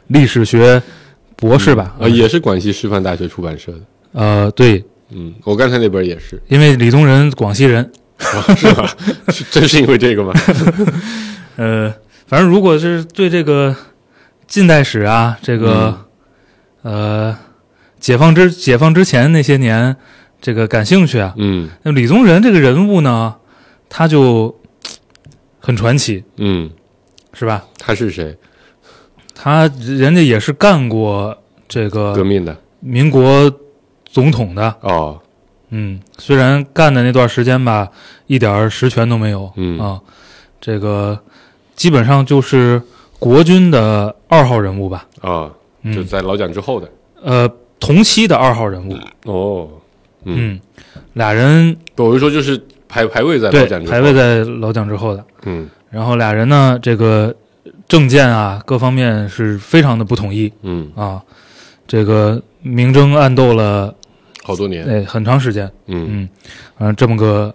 [SPEAKER 3] 历史学博士吧？
[SPEAKER 4] 啊，也是广西师范大学出版社的，
[SPEAKER 3] 呃，对，
[SPEAKER 4] 嗯，我刚才那本也是，
[SPEAKER 3] 因为李宗仁广西人，
[SPEAKER 4] 是吧？ 是真是因为这个吗？
[SPEAKER 3] 呃，反正如果是对这个近代史啊，这个、
[SPEAKER 4] 嗯
[SPEAKER 3] 呃解放之解放之前那些年这个感兴趣啊，
[SPEAKER 4] 嗯
[SPEAKER 3] 那李宗仁这个人物呢，他就嘖很传奇，
[SPEAKER 4] 嗯，
[SPEAKER 3] 是吧？
[SPEAKER 4] 他是谁？
[SPEAKER 3] 他人家也是干过这
[SPEAKER 4] 革
[SPEAKER 3] 个
[SPEAKER 4] 命的
[SPEAKER 3] 民国总统的，
[SPEAKER 4] 哦，
[SPEAKER 3] 嗯，虽然干的那段时间吧，一点儿实权都没有，
[SPEAKER 4] 嗯
[SPEAKER 3] 啊，这个基本上就是国军的二号人物吧，
[SPEAKER 4] 哦，就
[SPEAKER 3] 嗯，
[SPEAKER 4] 在老蒋之后的
[SPEAKER 3] 呃，同期的二号人物，
[SPEAKER 4] 哦，嗯，
[SPEAKER 3] 嗯，俩人
[SPEAKER 4] 不我就说就是排排位在老
[SPEAKER 3] 对
[SPEAKER 4] 蒋之后，
[SPEAKER 3] 排位，在老蒋之后的，
[SPEAKER 4] 嗯
[SPEAKER 3] 然后俩人呢，这个政见啊各方面是非常的不统一
[SPEAKER 4] 嗯，
[SPEAKER 3] 啊，这个明争暗斗了
[SPEAKER 4] 好多年，
[SPEAKER 3] 哎很长时间，
[SPEAKER 4] 嗯，
[SPEAKER 3] 嗯，反正这么个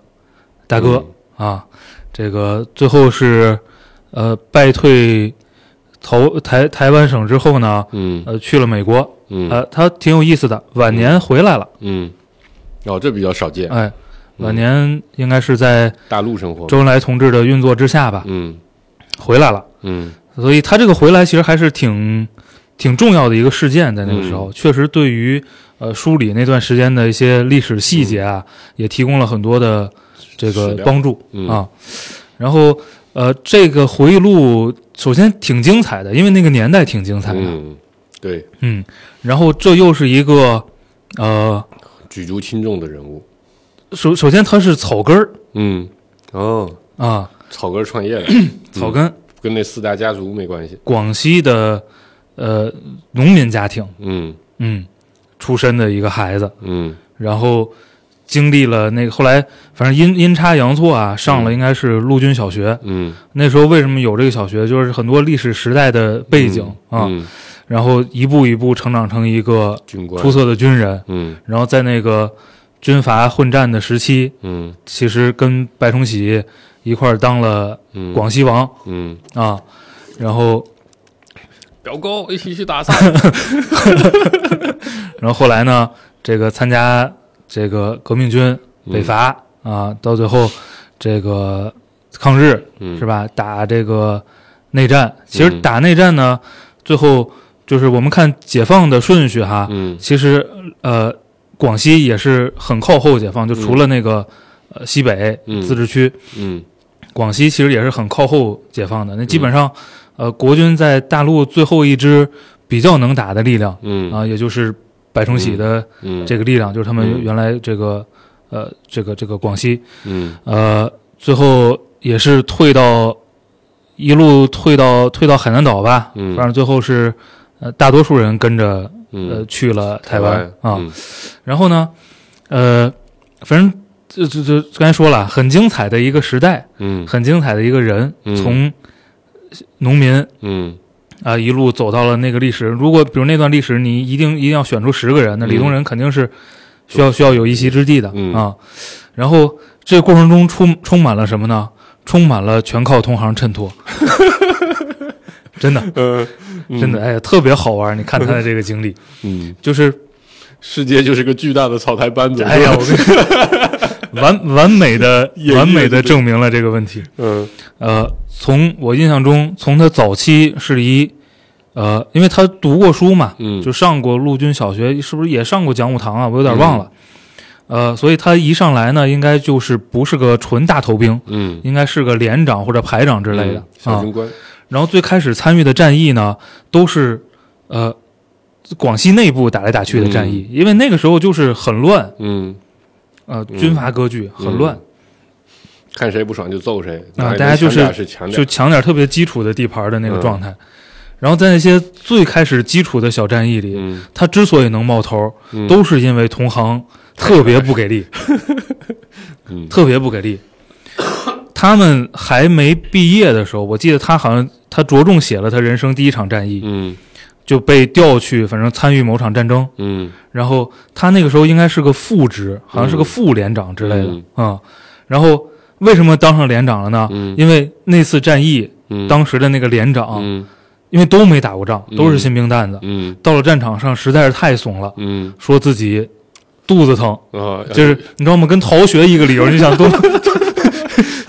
[SPEAKER 3] 大哥，啊，这个最后是呃败退投台台湾省之后呢，
[SPEAKER 4] 嗯
[SPEAKER 3] 呃去了美国，
[SPEAKER 4] 嗯嗯
[SPEAKER 3] 呃他挺有意思的，晚年回来了，
[SPEAKER 4] 嗯，哦，这比较少见，
[SPEAKER 3] 哎，
[SPEAKER 4] 嗯
[SPEAKER 3] 晚年应该是在
[SPEAKER 4] 大陆生活，
[SPEAKER 3] 周恩来同志的运作之下吧，
[SPEAKER 4] 嗯
[SPEAKER 3] 回来了，
[SPEAKER 4] 嗯
[SPEAKER 3] 所以他这个回来其实还是挺挺重要的一个事件，在那个时候、确实对于呃梳理那段时间的一些历史细节啊，也提供了很多的这
[SPEAKER 4] 史
[SPEAKER 3] 个
[SPEAKER 4] 料
[SPEAKER 3] 帮助。
[SPEAKER 4] 嗯
[SPEAKER 3] 啊。然后呃，这个回忆录首先挺精彩的，因为那个年代挺精彩的，嗯。
[SPEAKER 4] 嗯，对，
[SPEAKER 3] 然后这又是一个呃，
[SPEAKER 4] 举足轻重的人物，
[SPEAKER 3] 首首先它是草根儿
[SPEAKER 4] 嗯，哦，
[SPEAKER 3] 啊，
[SPEAKER 4] 草根创 业的，
[SPEAKER 3] 草根、
[SPEAKER 4] 跟那四大家族没关系，
[SPEAKER 3] 广西的呃农民家庭，
[SPEAKER 4] 嗯
[SPEAKER 3] 嗯，出身的一个孩子，
[SPEAKER 4] 嗯
[SPEAKER 3] 然后。经历了那个，后来反正阴阴差阳错啊，上了应该是陆军小学。
[SPEAKER 4] 嗯，
[SPEAKER 3] 那时候为什么有这个小学，就是很多历史时代的背景、啊。
[SPEAKER 4] 嗯，
[SPEAKER 3] 然后一步一步成长成一个
[SPEAKER 4] 军官
[SPEAKER 3] 出，色的军人，
[SPEAKER 4] 嗯
[SPEAKER 3] 然后在那个军阀混战的时期，
[SPEAKER 4] 嗯
[SPEAKER 3] 其实跟白崇禧一块儿当了
[SPEAKER 4] 嗯，
[SPEAKER 3] 广西王、
[SPEAKER 4] 嗯，
[SPEAKER 3] 啊，然后
[SPEAKER 4] 表哥一起去打赛，
[SPEAKER 3] 然后后来呢，这个参加这个革命军
[SPEAKER 4] 嗯
[SPEAKER 3] 北伐、啊，到最后这个抗日
[SPEAKER 4] 嗯
[SPEAKER 3] 是吧？打这个内战，其实
[SPEAKER 4] 嗯
[SPEAKER 3] 打内战呢，最后就是我们看解放的顺序哈，
[SPEAKER 4] 嗯
[SPEAKER 3] 其实呃，广西也是很靠后解放，就除了那个、呃西北
[SPEAKER 4] 嗯
[SPEAKER 3] 自治区，
[SPEAKER 4] 嗯
[SPEAKER 3] 广西其实也是很靠后解放的。那基本上，呃，国军在大陆最后一支比较能打的力量
[SPEAKER 4] 嗯
[SPEAKER 3] 啊、也就是白崇禧的
[SPEAKER 4] 嗯，
[SPEAKER 3] 这个力量，就是他们
[SPEAKER 4] 嗯
[SPEAKER 3] 原来这个呃这个这个广西
[SPEAKER 4] 嗯
[SPEAKER 3] 呃最后也是退到一路退到退到海南岛吧，
[SPEAKER 4] 嗯
[SPEAKER 3] 反正最后是呃大多数人跟着
[SPEAKER 4] 嗯
[SPEAKER 3] 呃去了台湾
[SPEAKER 4] 湾嗯
[SPEAKER 3] 啊。，然后呢，呃，反正这这这刚才说了，很精彩的一个时代，
[SPEAKER 4] 嗯
[SPEAKER 3] 很精彩的一个人，
[SPEAKER 4] 嗯
[SPEAKER 3] 从农民
[SPEAKER 4] 嗯
[SPEAKER 3] 啊、一路走到了那个历史。如果比如那段历史，你一定一定要选出十个人，那
[SPEAKER 4] 嗯
[SPEAKER 3] 李宗仁肯定是需要需要有一席之地的、
[SPEAKER 4] 嗯
[SPEAKER 3] 啊。然后这个过程中充充满了什么呢？充满了全靠同行衬托， 真的
[SPEAKER 4] 嗯，
[SPEAKER 3] 真的，哎呀，特别好玩。你看他的这个经 历，
[SPEAKER 4] 嗯，
[SPEAKER 3] 就是哎
[SPEAKER 4] 世界就是个巨大的草台班子，
[SPEAKER 3] 哎呀，我跟你 完完美的
[SPEAKER 4] 演绎了
[SPEAKER 3] 完美的
[SPEAKER 4] 这个
[SPEAKER 3] 证明了这个问题。
[SPEAKER 4] 嗯
[SPEAKER 3] 呃，从我印象中，从他早期是一呃，因为他读过书嘛，
[SPEAKER 4] 嗯，
[SPEAKER 3] 就是上过陆军小学，是不是也上过讲武堂啊？我有点忘了。
[SPEAKER 4] 嗯
[SPEAKER 3] 呃，所以他一上来呢，应该就是不是个纯大头兵，
[SPEAKER 4] 嗯
[SPEAKER 3] 应该是个连长或者排长之类的、
[SPEAKER 4] 嗯小
[SPEAKER 3] 啊
[SPEAKER 4] 军。官，
[SPEAKER 3] 然后最开始参与的战役呢，都是呃广西内部打来打去的战役，因为那个时候就是很乱，
[SPEAKER 4] 嗯，
[SPEAKER 3] 呃，军阀割据很乱，
[SPEAKER 4] 看谁不爽就揍谁，
[SPEAKER 3] 啊
[SPEAKER 4] 哪里
[SPEAKER 3] 大家就
[SPEAKER 4] 能强点
[SPEAKER 3] 是
[SPEAKER 4] 是嗯强
[SPEAKER 3] 就
[SPEAKER 4] 点，
[SPEAKER 3] 抢点特别基础的地盘的那个状态。然后在那些最开始基础的小战役里，
[SPEAKER 4] 嗯，
[SPEAKER 3] 他之所以能冒头，
[SPEAKER 4] 嗯
[SPEAKER 3] 都是因为同行特别不给力，
[SPEAKER 4] 嗯
[SPEAKER 3] 特别不给力。他们还没毕业的时候，我记得他好像他着重写了他人生第一场战役，
[SPEAKER 4] 嗯
[SPEAKER 3] 就被调去，反正参与某场战争。
[SPEAKER 4] 嗯
[SPEAKER 3] 然后他那个时候应该是个副职，好像是个副连长之类的
[SPEAKER 4] 嗯
[SPEAKER 3] 啊、然后为什么当上连长了呢？
[SPEAKER 4] 嗯
[SPEAKER 3] 因为那次战役，
[SPEAKER 4] 嗯，
[SPEAKER 3] 当啊时的那个连长，
[SPEAKER 4] 嗯
[SPEAKER 3] 因为都没打过仗，
[SPEAKER 4] 嗯
[SPEAKER 3] 都是新兵蛋子，
[SPEAKER 4] 嗯
[SPEAKER 3] 到了战场上实在是太怂了，
[SPEAKER 4] 嗯
[SPEAKER 3] 说自己肚子疼，
[SPEAKER 4] 啊，
[SPEAKER 3] 就是你知道吗？跟逃学一个理由，你 想多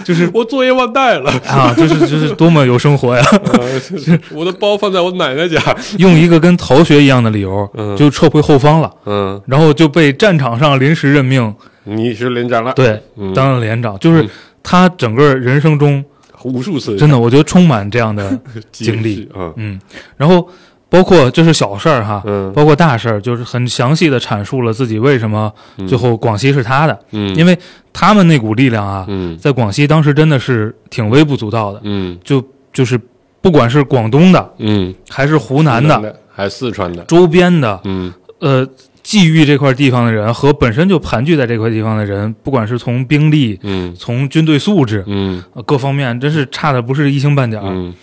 [SPEAKER 4] 就是哎我作业忘 带了，
[SPEAKER 3] 啊，就是就是多么有生活 呀！
[SPEAKER 4] 呃就是我的包放在我奶奶家，
[SPEAKER 3] 用一个跟逃学一样的理由，
[SPEAKER 4] 嗯
[SPEAKER 3] 就撤回后方了，
[SPEAKER 4] 嗯，
[SPEAKER 3] 然后就被战场上临时任命，
[SPEAKER 4] 你是连长了，
[SPEAKER 3] 对，
[SPEAKER 4] 嗯，
[SPEAKER 3] 当了连长，就是
[SPEAKER 4] 嗯
[SPEAKER 3] 他整个人生中
[SPEAKER 4] 无数次
[SPEAKER 3] 真的，我觉得充满这样 的，经历
[SPEAKER 4] 啊，
[SPEAKER 3] 嗯，然后包括这是小事儿哈，
[SPEAKER 4] 嗯
[SPEAKER 3] 包括大事儿，就是很详细的阐述了自己为什么
[SPEAKER 4] 嗯
[SPEAKER 3] 最后广西是他的，
[SPEAKER 4] 嗯，
[SPEAKER 3] 因为他们那股力量啊，
[SPEAKER 4] 嗯
[SPEAKER 3] 在广西当时真的是挺微不足道的，
[SPEAKER 4] 嗯
[SPEAKER 3] 就就是不管是广东的
[SPEAKER 4] 嗯，
[SPEAKER 3] 还是湖南的、
[SPEAKER 4] 的还四川的，
[SPEAKER 3] 周边的，
[SPEAKER 4] 嗯
[SPEAKER 3] 呃。觊觎这块地方的人和本身就盘踞在这块地方的人，不管是从兵力、
[SPEAKER 4] 嗯
[SPEAKER 3] 从军队素质，
[SPEAKER 4] 嗯
[SPEAKER 3] 呃各方面真是差的不是一星半点儿。
[SPEAKER 4] 嗯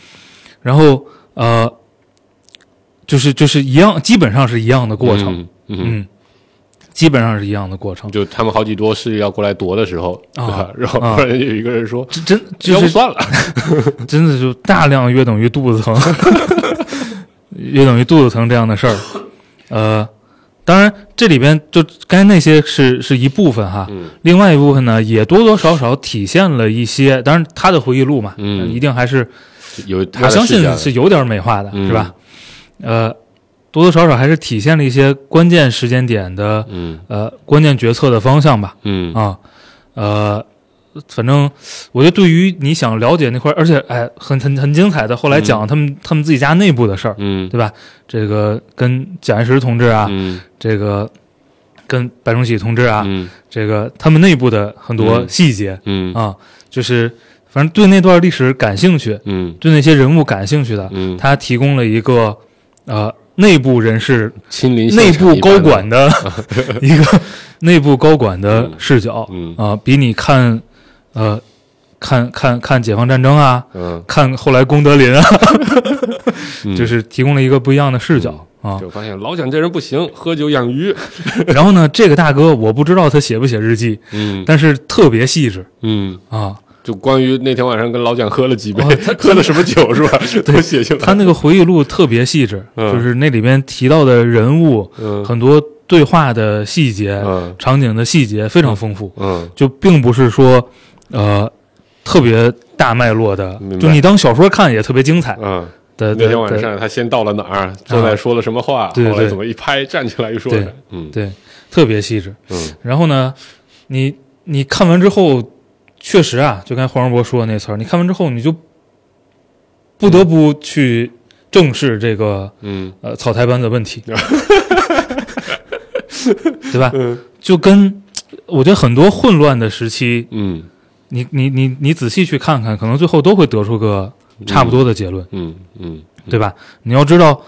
[SPEAKER 3] 然后呃，就是就是一样，基本上是一样的过程，，
[SPEAKER 4] 嗯。
[SPEAKER 3] 基本上是一样的过程。
[SPEAKER 4] 就他们好几多是要过来夺的时候，对吧？然后
[SPEAKER 3] 啊
[SPEAKER 4] 突然有一个人说
[SPEAKER 3] 这真：“
[SPEAKER 4] 要
[SPEAKER 3] 就
[SPEAKER 4] 不
[SPEAKER 3] 是
[SPEAKER 4] 算了。
[SPEAKER 3] 真的就大量约等于肚子疼， 约等于肚子疼这样的事儿。呃，当然这里边就刚才那些是是一部分哈，
[SPEAKER 4] 嗯
[SPEAKER 3] 另外一部分呢也多多少少体现了一些，当然他的回忆录嘛，
[SPEAKER 4] 嗯
[SPEAKER 3] 一定还是”
[SPEAKER 4] 有他
[SPEAKER 3] 我
[SPEAKER 4] 的
[SPEAKER 3] 相
[SPEAKER 4] 视
[SPEAKER 3] 信
[SPEAKER 4] 角
[SPEAKER 3] 是有点美化的，
[SPEAKER 4] 嗯
[SPEAKER 3] 是吧？呃，多多少少还是体现了一些关键时间点的
[SPEAKER 4] 嗯
[SPEAKER 3] 呃关键决策的方向吧。
[SPEAKER 4] 嗯
[SPEAKER 3] 啊，呃，反正我觉得对于你想了解那块儿，而且哎，很很很精彩的。后来讲他们、他们自己家内部的事儿，
[SPEAKER 4] 嗯
[SPEAKER 3] 对吧？这个跟蒋介石同志啊，
[SPEAKER 4] 嗯
[SPEAKER 3] 这个跟白崇禧同志啊，
[SPEAKER 4] 嗯
[SPEAKER 3] 这个他们内部的很多
[SPEAKER 4] 嗯
[SPEAKER 3] 细节、
[SPEAKER 4] 嗯
[SPEAKER 3] 啊，就是反正对那段历史感兴趣。
[SPEAKER 4] 嗯
[SPEAKER 3] 对那些人物感兴趣的，
[SPEAKER 4] 嗯，
[SPEAKER 3] 他提供了一个呃内部人士、
[SPEAKER 4] 亲临
[SPEAKER 3] 内
[SPEAKER 4] 现场
[SPEAKER 3] 部
[SPEAKER 4] 一般
[SPEAKER 3] 高
[SPEAKER 4] 的
[SPEAKER 3] 管，的 一个内部高管的视角
[SPEAKER 4] 嗯
[SPEAKER 3] 啊、比你看呃看看看解放战争啊，
[SPEAKER 4] 嗯，
[SPEAKER 3] 看后来功德林 啊，
[SPEAKER 4] 嗯
[SPEAKER 3] 就是提供了一个不一样的视角。啊，
[SPEAKER 4] 就发现老蒋这人不行，喝酒 养鱼。
[SPEAKER 3] 然后呢，这个大哥我不知道他写不写日记，
[SPEAKER 4] 嗯
[SPEAKER 3] 但是特别细致
[SPEAKER 4] 嗯，
[SPEAKER 3] 啊。
[SPEAKER 4] 就关于那天晚上跟老蒋喝了几杯，
[SPEAKER 3] 哦
[SPEAKER 4] 喝了什么 酒是吧？都写下来。
[SPEAKER 3] 他那个回忆录特别细致，
[SPEAKER 4] 嗯
[SPEAKER 3] 就是那里面提到的人物，
[SPEAKER 4] 嗯
[SPEAKER 3] 很多对话的细节，
[SPEAKER 4] 嗯
[SPEAKER 3] 场景的细节非常丰富，
[SPEAKER 4] 嗯
[SPEAKER 3] 就并不是说呃特别大脉络的
[SPEAKER 4] 明白，
[SPEAKER 3] 就你当小说看也特别精彩
[SPEAKER 4] 嗯，
[SPEAKER 3] 的。
[SPEAKER 4] 那
[SPEAKER 3] 的
[SPEAKER 4] 天晚
[SPEAKER 3] 的
[SPEAKER 4] 上他先到了哪儿，坐在说了什么话，
[SPEAKER 3] 啊对对
[SPEAKER 4] 后来怎么一拍站起来又说
[SPEAKER 3] 对
[SPEAKER 4] 什么嗯
[SPEAKER 3] 对，特别细致。
[SPEAKER 4] 嗯
[SPEAKER 3] 然后呢，你你看完之后，确实啊，就刚才黄世博说的那词儿，你看完之后你就不得不去正视这个
[SPEAKER 4] 嗯
[SPEAKER 3] 呃草台班子问 题，对吧？
[SPEAKER 4] 嗯
[SPEAKER 3] 就跟我觉得很多混乱的时期，
[SPEAKER 4] 嗯
[SPEAKER 3] 你你你你仔细去看看，可能最后都会得出个差不多的结论，
[SPEAKER 4] 嗯嗯
[SPEAKER 3] 对吧？你要知道，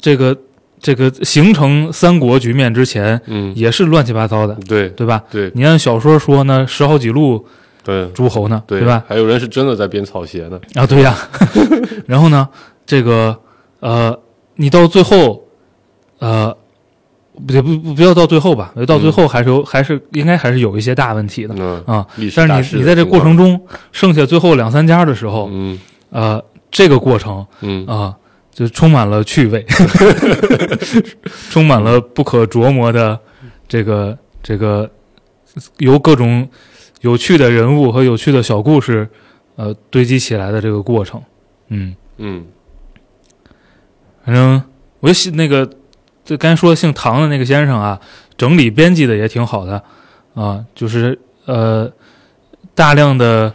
[SPEAKER 3] 这个这个形成三国局面之前，
[SPEAKER 4] 嗯，
[SPEAKER 3] 也是乱七八糟的，
[SPEAKER 4] 对
[SPEAKER 3] 对吧？
[SPEAKER 4] 对
[SPEAKER 3] 你按小说说呢，十好几路
[SPEAKER 4] 对
[SPEAKER 3] 诸侯呢，对吧？
[SPEAKER 4] 还有人是真的在编草鞋呢。
[SPEAKER 3] 啊， 对呀、然后呢，这个呃，你到最后，呃，不对不不不要到最后吧，到最后还是有、还是应该还是有一些大问题的
[SPEAKER 4] 嗯，
[SPEAKER 3] 啊。
[SPEAKER 4] 历史大
[SPEAKER 3] 但
[SPEAKER 4] 势
[SPEAKER 3] 是
[SPEAKER 4] 的
[SPEAKER 3] 你你在这
[SPEAKER 4] 情
[SPEAKER 3] 过程
[SPEAKER 4] 况
[SPEAKER 3] 中，剩下最后两三家的时候，
[SPEAKER 4] 嗯
[SPEAKER 3] 呃，这个过程
[SPEAKER 4] 嗯
[SPEAKER 3] 啊、就充满了趣味， 充满了不可琢磨的这个这个由各种有趣的人物和有趣的小故事，呃，堆积起来的这个过程。嗯，
[SPEAKER 4] 嗯，
[SPEAKER 3] 反正我就那个，就刚才说姓唐的那个先生啊，整理编辑的也挺好的啊、就是呃，大量的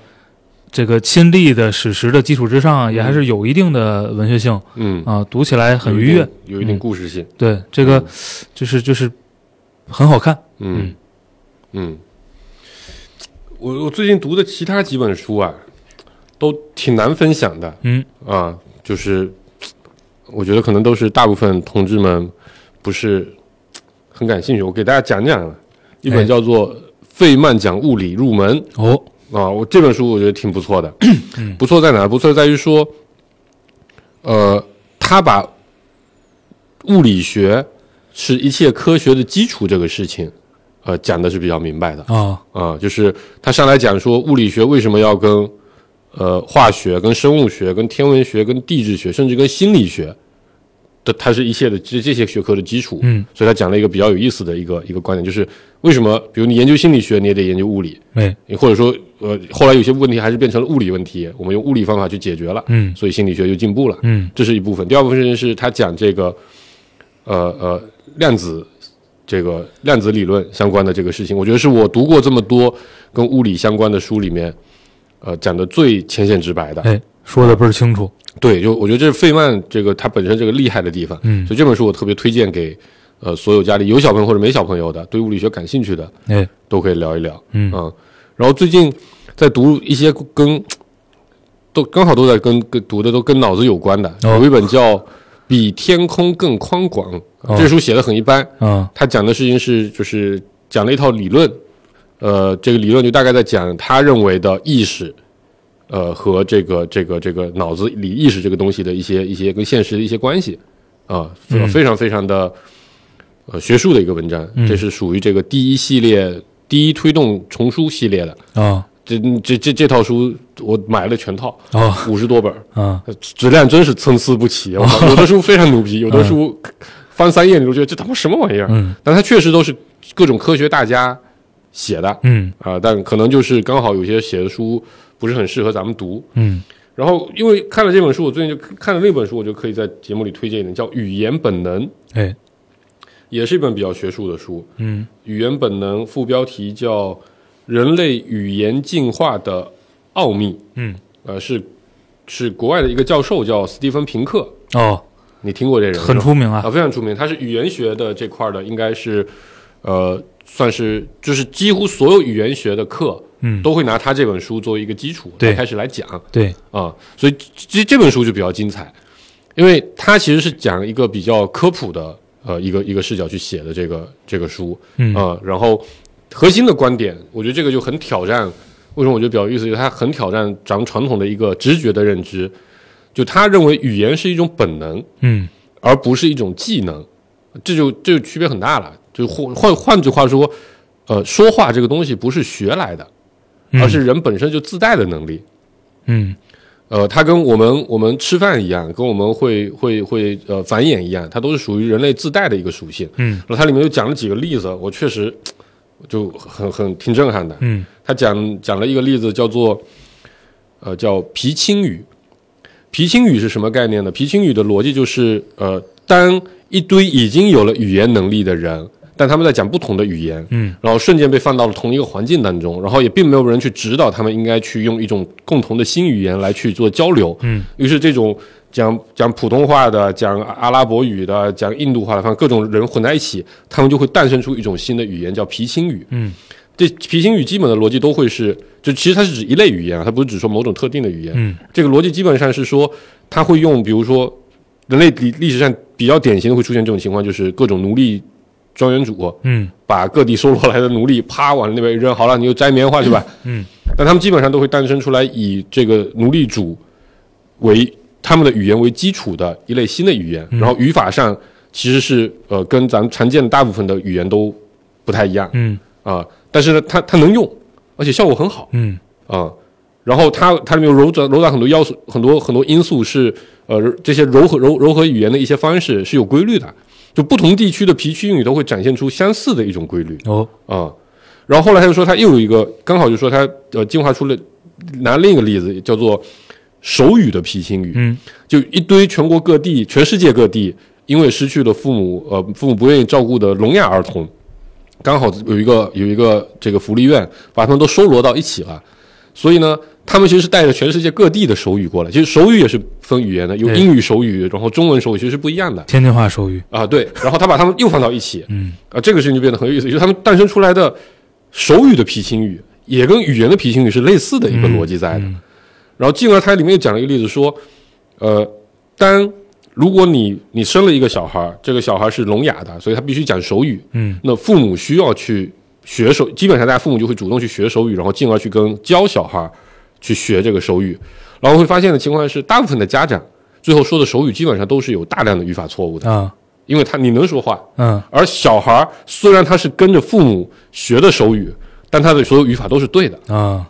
[SPEAKER 3] 这个亲历的史实的基础之上，啊也还是有一定的文学性啊、
[SPEAKER 4] 嗯，
[SPEAKER 3] 读起来很愉悦。
[SPEAKER 4] 有一定，有嗯一定
[SPEAKER 3] 嗯
[SPEAKER 4] 故事性。
[SPEAKER 3] 对，这个就是就是很好看。
[SPEAKER 4] 嗯嗯，我我最近读的其他几本书啊，都挺难分享的
[SPEAKER 3] 嗯
[SPEAKER 4] 啊，就是我觉得可能都是大部分同志们不是很感兴趣。我给大家讲讲啊一
[SPEAKER 3] 哎
[SPEAKER 4] 本叫做《费曼讲物理入门》
[SPEAKER 3] 哦，
[SPEAKER 4] 啊，我这本书我觉得挺不错的，不错在哪？不错在于说，呃，他把物理学是一切科学的基础这个事情，呃，讲的是比较明白的
[SPEAKER 3] 啊
[SPEAKER 4] 啊，就是他上来讲说物理学为什么要跟呃化学、跟生物学、跟天文学、跟地质学，甚至跟心理学的，它是一切的这这些学科的基础，
[SPEAKER 3] 嗯，
[SPEAKER 4] 所以他讲了一个比较有意思的一个一个观点，就是为什么比如你研究心理学，你也得研究物理。
[SPEAKER 3] 哎，
[SPEAKER 4] 或者说，呃，后来有些问题还是变成了物理问题，我们用物理方法去解决了，
[SPEAKER 3] 嗯
[SPEAKER 4] 所以心理学就进步了，
[SPEAKER 3] 嗯
[SPEAKER 4] 这是一部分。第二部分是他讲这个，呃呃，量子这个量子理论相关的这个事情，我觉得是我读过这么多跟物理相关的书里面，呃，讲的最浅显直白的。
[SPEAKER 3] 哎，说的倍儿清楚。
[SPEAKER 4] 对，就我觉得这是费曼这个他本身这个厉害的地方，
[SPEAKER 3] 嗯
[SPEAKER 4] 所以这本书我特别推荐给呃所有家里有小朋友或者没小朋友的，对物理学感兴趣的，
[SPEAKER 3] 哎，
[SPEAKER 4] 都可以聊一聊。
[SPEAKER 3] 嗯
[SPEAKER 4] 啊，然后最近在读一些跟都刚好都在跟跟读的都跟脑子有关的，
[SPEAKER 3] 哦
[SPEAKER 4] 有一本叫《比天空更宽广》，
[SPEAKER 3] 哦
[SPEAKER 4] 这书写的很一般。
[SPEAKER 3] 啊
[SPEAKER 4] 他讲的事情是就是讲了一套理论，呃，这个理论就大概在讲他认为的意识。呃，和这个这个这个脑子里意识这个东西的一些一些跟现实的一些关系啊，
[SPEAKER 3] 嗯
[SPEAKER 4] 非常非常的呃学术的一个文章，
[SPEAKER 3] 嗯
[SPEAKER 4] 这是属于这个第一系列第一推动丛书系列的。
[SPEAKER 3] 啊
[SPEAKER 4] 这嗯这这这套书我买了全套，
[SPEAKER 3] 哦
[SPEAKER 4] 五十多本儿，
[SPEAKER 3] 啊
[SPEAKER 4] 质量真是参差不齐。啊我靠有的书非常牛逼，有的书翻三页你都觉得这他妈什么玩意儿。
[SPEAKER 3] 嗯
[SPEAKER 4] 但它确实都是各种科学大家写的啊、
[SPEAKER 3] 嗯
[SPEAKER 4] 但可能就是刚好有些写的书不是很适合咱们读。
[SPEAKER 3] 嗯
[SPEAKER 4] 然后因为看了这本书，我最近就看了那本书，我就可以在节目里推荐一点，叫《语言本能》，
[SPEAKER 3] 哎
[SPEAKER 4] 也是一本比较学术的书。
[SPEAKER 3] 嗯
[SPEAKER 4] 语言本能副标题叫《人类语言进化的奥秘》，
[SPEAKER 3] 嗯
[SPEAKER 4] 呃，是是国外的一个教授叫斯蒂芬平克，
[SPEAKER 3] 哦，
[SPEAKER 4] 你听过这人
[SPEAKER 3] 很
[SPEAKER 4] 是吧
[SPEAKER 3] 出名
[SPEAKER 4] 啊，
[SPEAKER 3] 啊。
[SPEAKER 4] 非常出名。他是语言学的这块儿的，应该是呃，算是就是几乎所有语言学的课
[SPEAKER 3] 嗯，
[SPEAKER 4] 都会拿他这本书作为一个基础，
[SPEAKER 3] 对
[SPEAKER 4] 来开始来讲。
[SPEAKER 3] 对，
[SPEAKER 4] 啊，所以这这这本书就比较精彩，因为它其实是讲一个比较科普的呃一个一个视角去写的这个这个书，
[SPEAKER 3] 嗯
[SPEAKER 4] 啊，然后核心的观点，我觉得这个就很挑战。为什么我觉得比较有意思？就是它很挑战咱们传统的一个直觉的认知，就他认为语言是一种本能，
[SPEAKER 3] 嗯
[SPEAKER 4] 而不是一种技能，这就这就区别很大了。就换换换句话说，呃，说话这个东西不是学来的，
[SPEAKER 3] 嗯
[SPEAKER 4] 而是人本身就自带的能力。
[SPEAKER 3] 嗯
[SPEAKER 4] 呃，它跟我们我们吃饭一样，跟我们会会会呃繁衍一样，它都是属于人类自带的一个属性。
[SPEAKER 3] 嗯
[SPEAKER 4] 然后它里面又讲了几个例子，我确实就很很挺震撼的。
[SPEAKER 3] 嗯
[SPEAKER 4] 他讲讲了一个例子，叫做呃叫皮青语。皮青语是什么概念呢？皮青语的逻辑就是呃，当一堆已经有了语言能力的人，但他们在讲不同的语言，
[SPEAKER 3] 嗯，
[SPEAKER 4] 然后瞬间被放到了同一个环境当中，然后也并没有人去指导他们应该去用一种共同的新语言来去做交流，
[SPEAKER 3] 嗯，
[SPEAKER 4] 于是这种讲讲普通话的、讲阿拉伯语的、讲印度话的，反正各种人混在一起，他们就会诞生出一种新的语言，叫皮青语，
[SPEAKER 3] 嗯，
[SPEAKER 4] 这皮青语基本的逻辑都会是，就其实它是指一类语言啊，它不是只说某种特定的语言，
[SPEAKER 3] 嗯，
[SPEAKER 4] 这个逻辑基本上是说，它会用比如说人类历历史上比较典型的会出现这种情况，就是各种奴隶庄园主，
[SPEAKER 3] 嗯
[SPEAKER 4] 把各地收罗来的奴隶啪往那边一扔，好了，你就摘棉花去吧。
[SPEAKER 3] 嗯，
[SPEAKER 4] 但他们基本上都会诞生出来以这个奴隶主为他们的语言为基础的一类新的语
[SPEAKER 3] 嗯
[SPEAKER 4] 言，然后语法上其实是呃跟咱们常见的大部分的语言都不太一样
[SPEAKER 3] 嗯
[SPEAKER 4] 啊、但是呢，它它能用，而且效果很好。
[SPEAKER 3] 嗯
[SPEAKER 4] 啊、然后它它里面有揉转揉杂很多要素，很多很多因素是呃这些柔和柔柔和语言的一些方式是有规律的，就不同地区的皮区英语都会展现出相似的一种规律
[SPEAKER 3] 哦
[SPEAKER 4] 啊、然后后来他就说他又有一个，刚好就说他呃进化出了拿另一个例子叫做手语的皮青鱼，
[SPEAKER 3] 嗯，
[SPEAKER 4] 就一堆全国各地、全世界各地，因为失去了父母，呃，父母不愿意照顾的聋哑儿童，刚好有一个有一个这个福利院把他们都收罗到一起了，所以呢，他们其实是带着全世界各地的手语过来。其实手语也是分语言的，有
[SPEAKER 3] 对
[SPEAKER 4] 英语手语，然后中文手语其实是不一样的
[SPEAKER 3] 天津话手语，
[SPEAKER 4] 啊。对，然后他把他们又放到一起，
[SPEAKER 3] 嗯，
[SPEAKER 4] 啊，这个事情就变得很有意思，就是他们诞生出来的手语的皮青语，也跟语言的皮青语是类似的一个逻辑在的。
[SPEAKER 3] 嗯
[SPEAKER 4] 然后进而它里面又讲了一个例子说，呃，当如果你你生了一个小孩儿，这个小孩儿是聋哑的，所以他必须讲手语，
[SPEAKER 3] 嗯，
[SPEAKER 4] 那父母需要去学手，基本上大家父母就会主动去学手语，然后进而去跟教小孩儿去学这个手语。然后会发现的情况是，大部分的家长最后说的手语基本上都是有大量的语法错误的，
[SPEAKER 3] 啊，
[SPEAKER 4] 因为他你能说话，
[SPEAKER 3] 嗯，
[SPEAKER 4] 而小孩儿虽然他是跟着父母学的手语，但他的所有语法都是对的
[SPEAKER 3] 啊，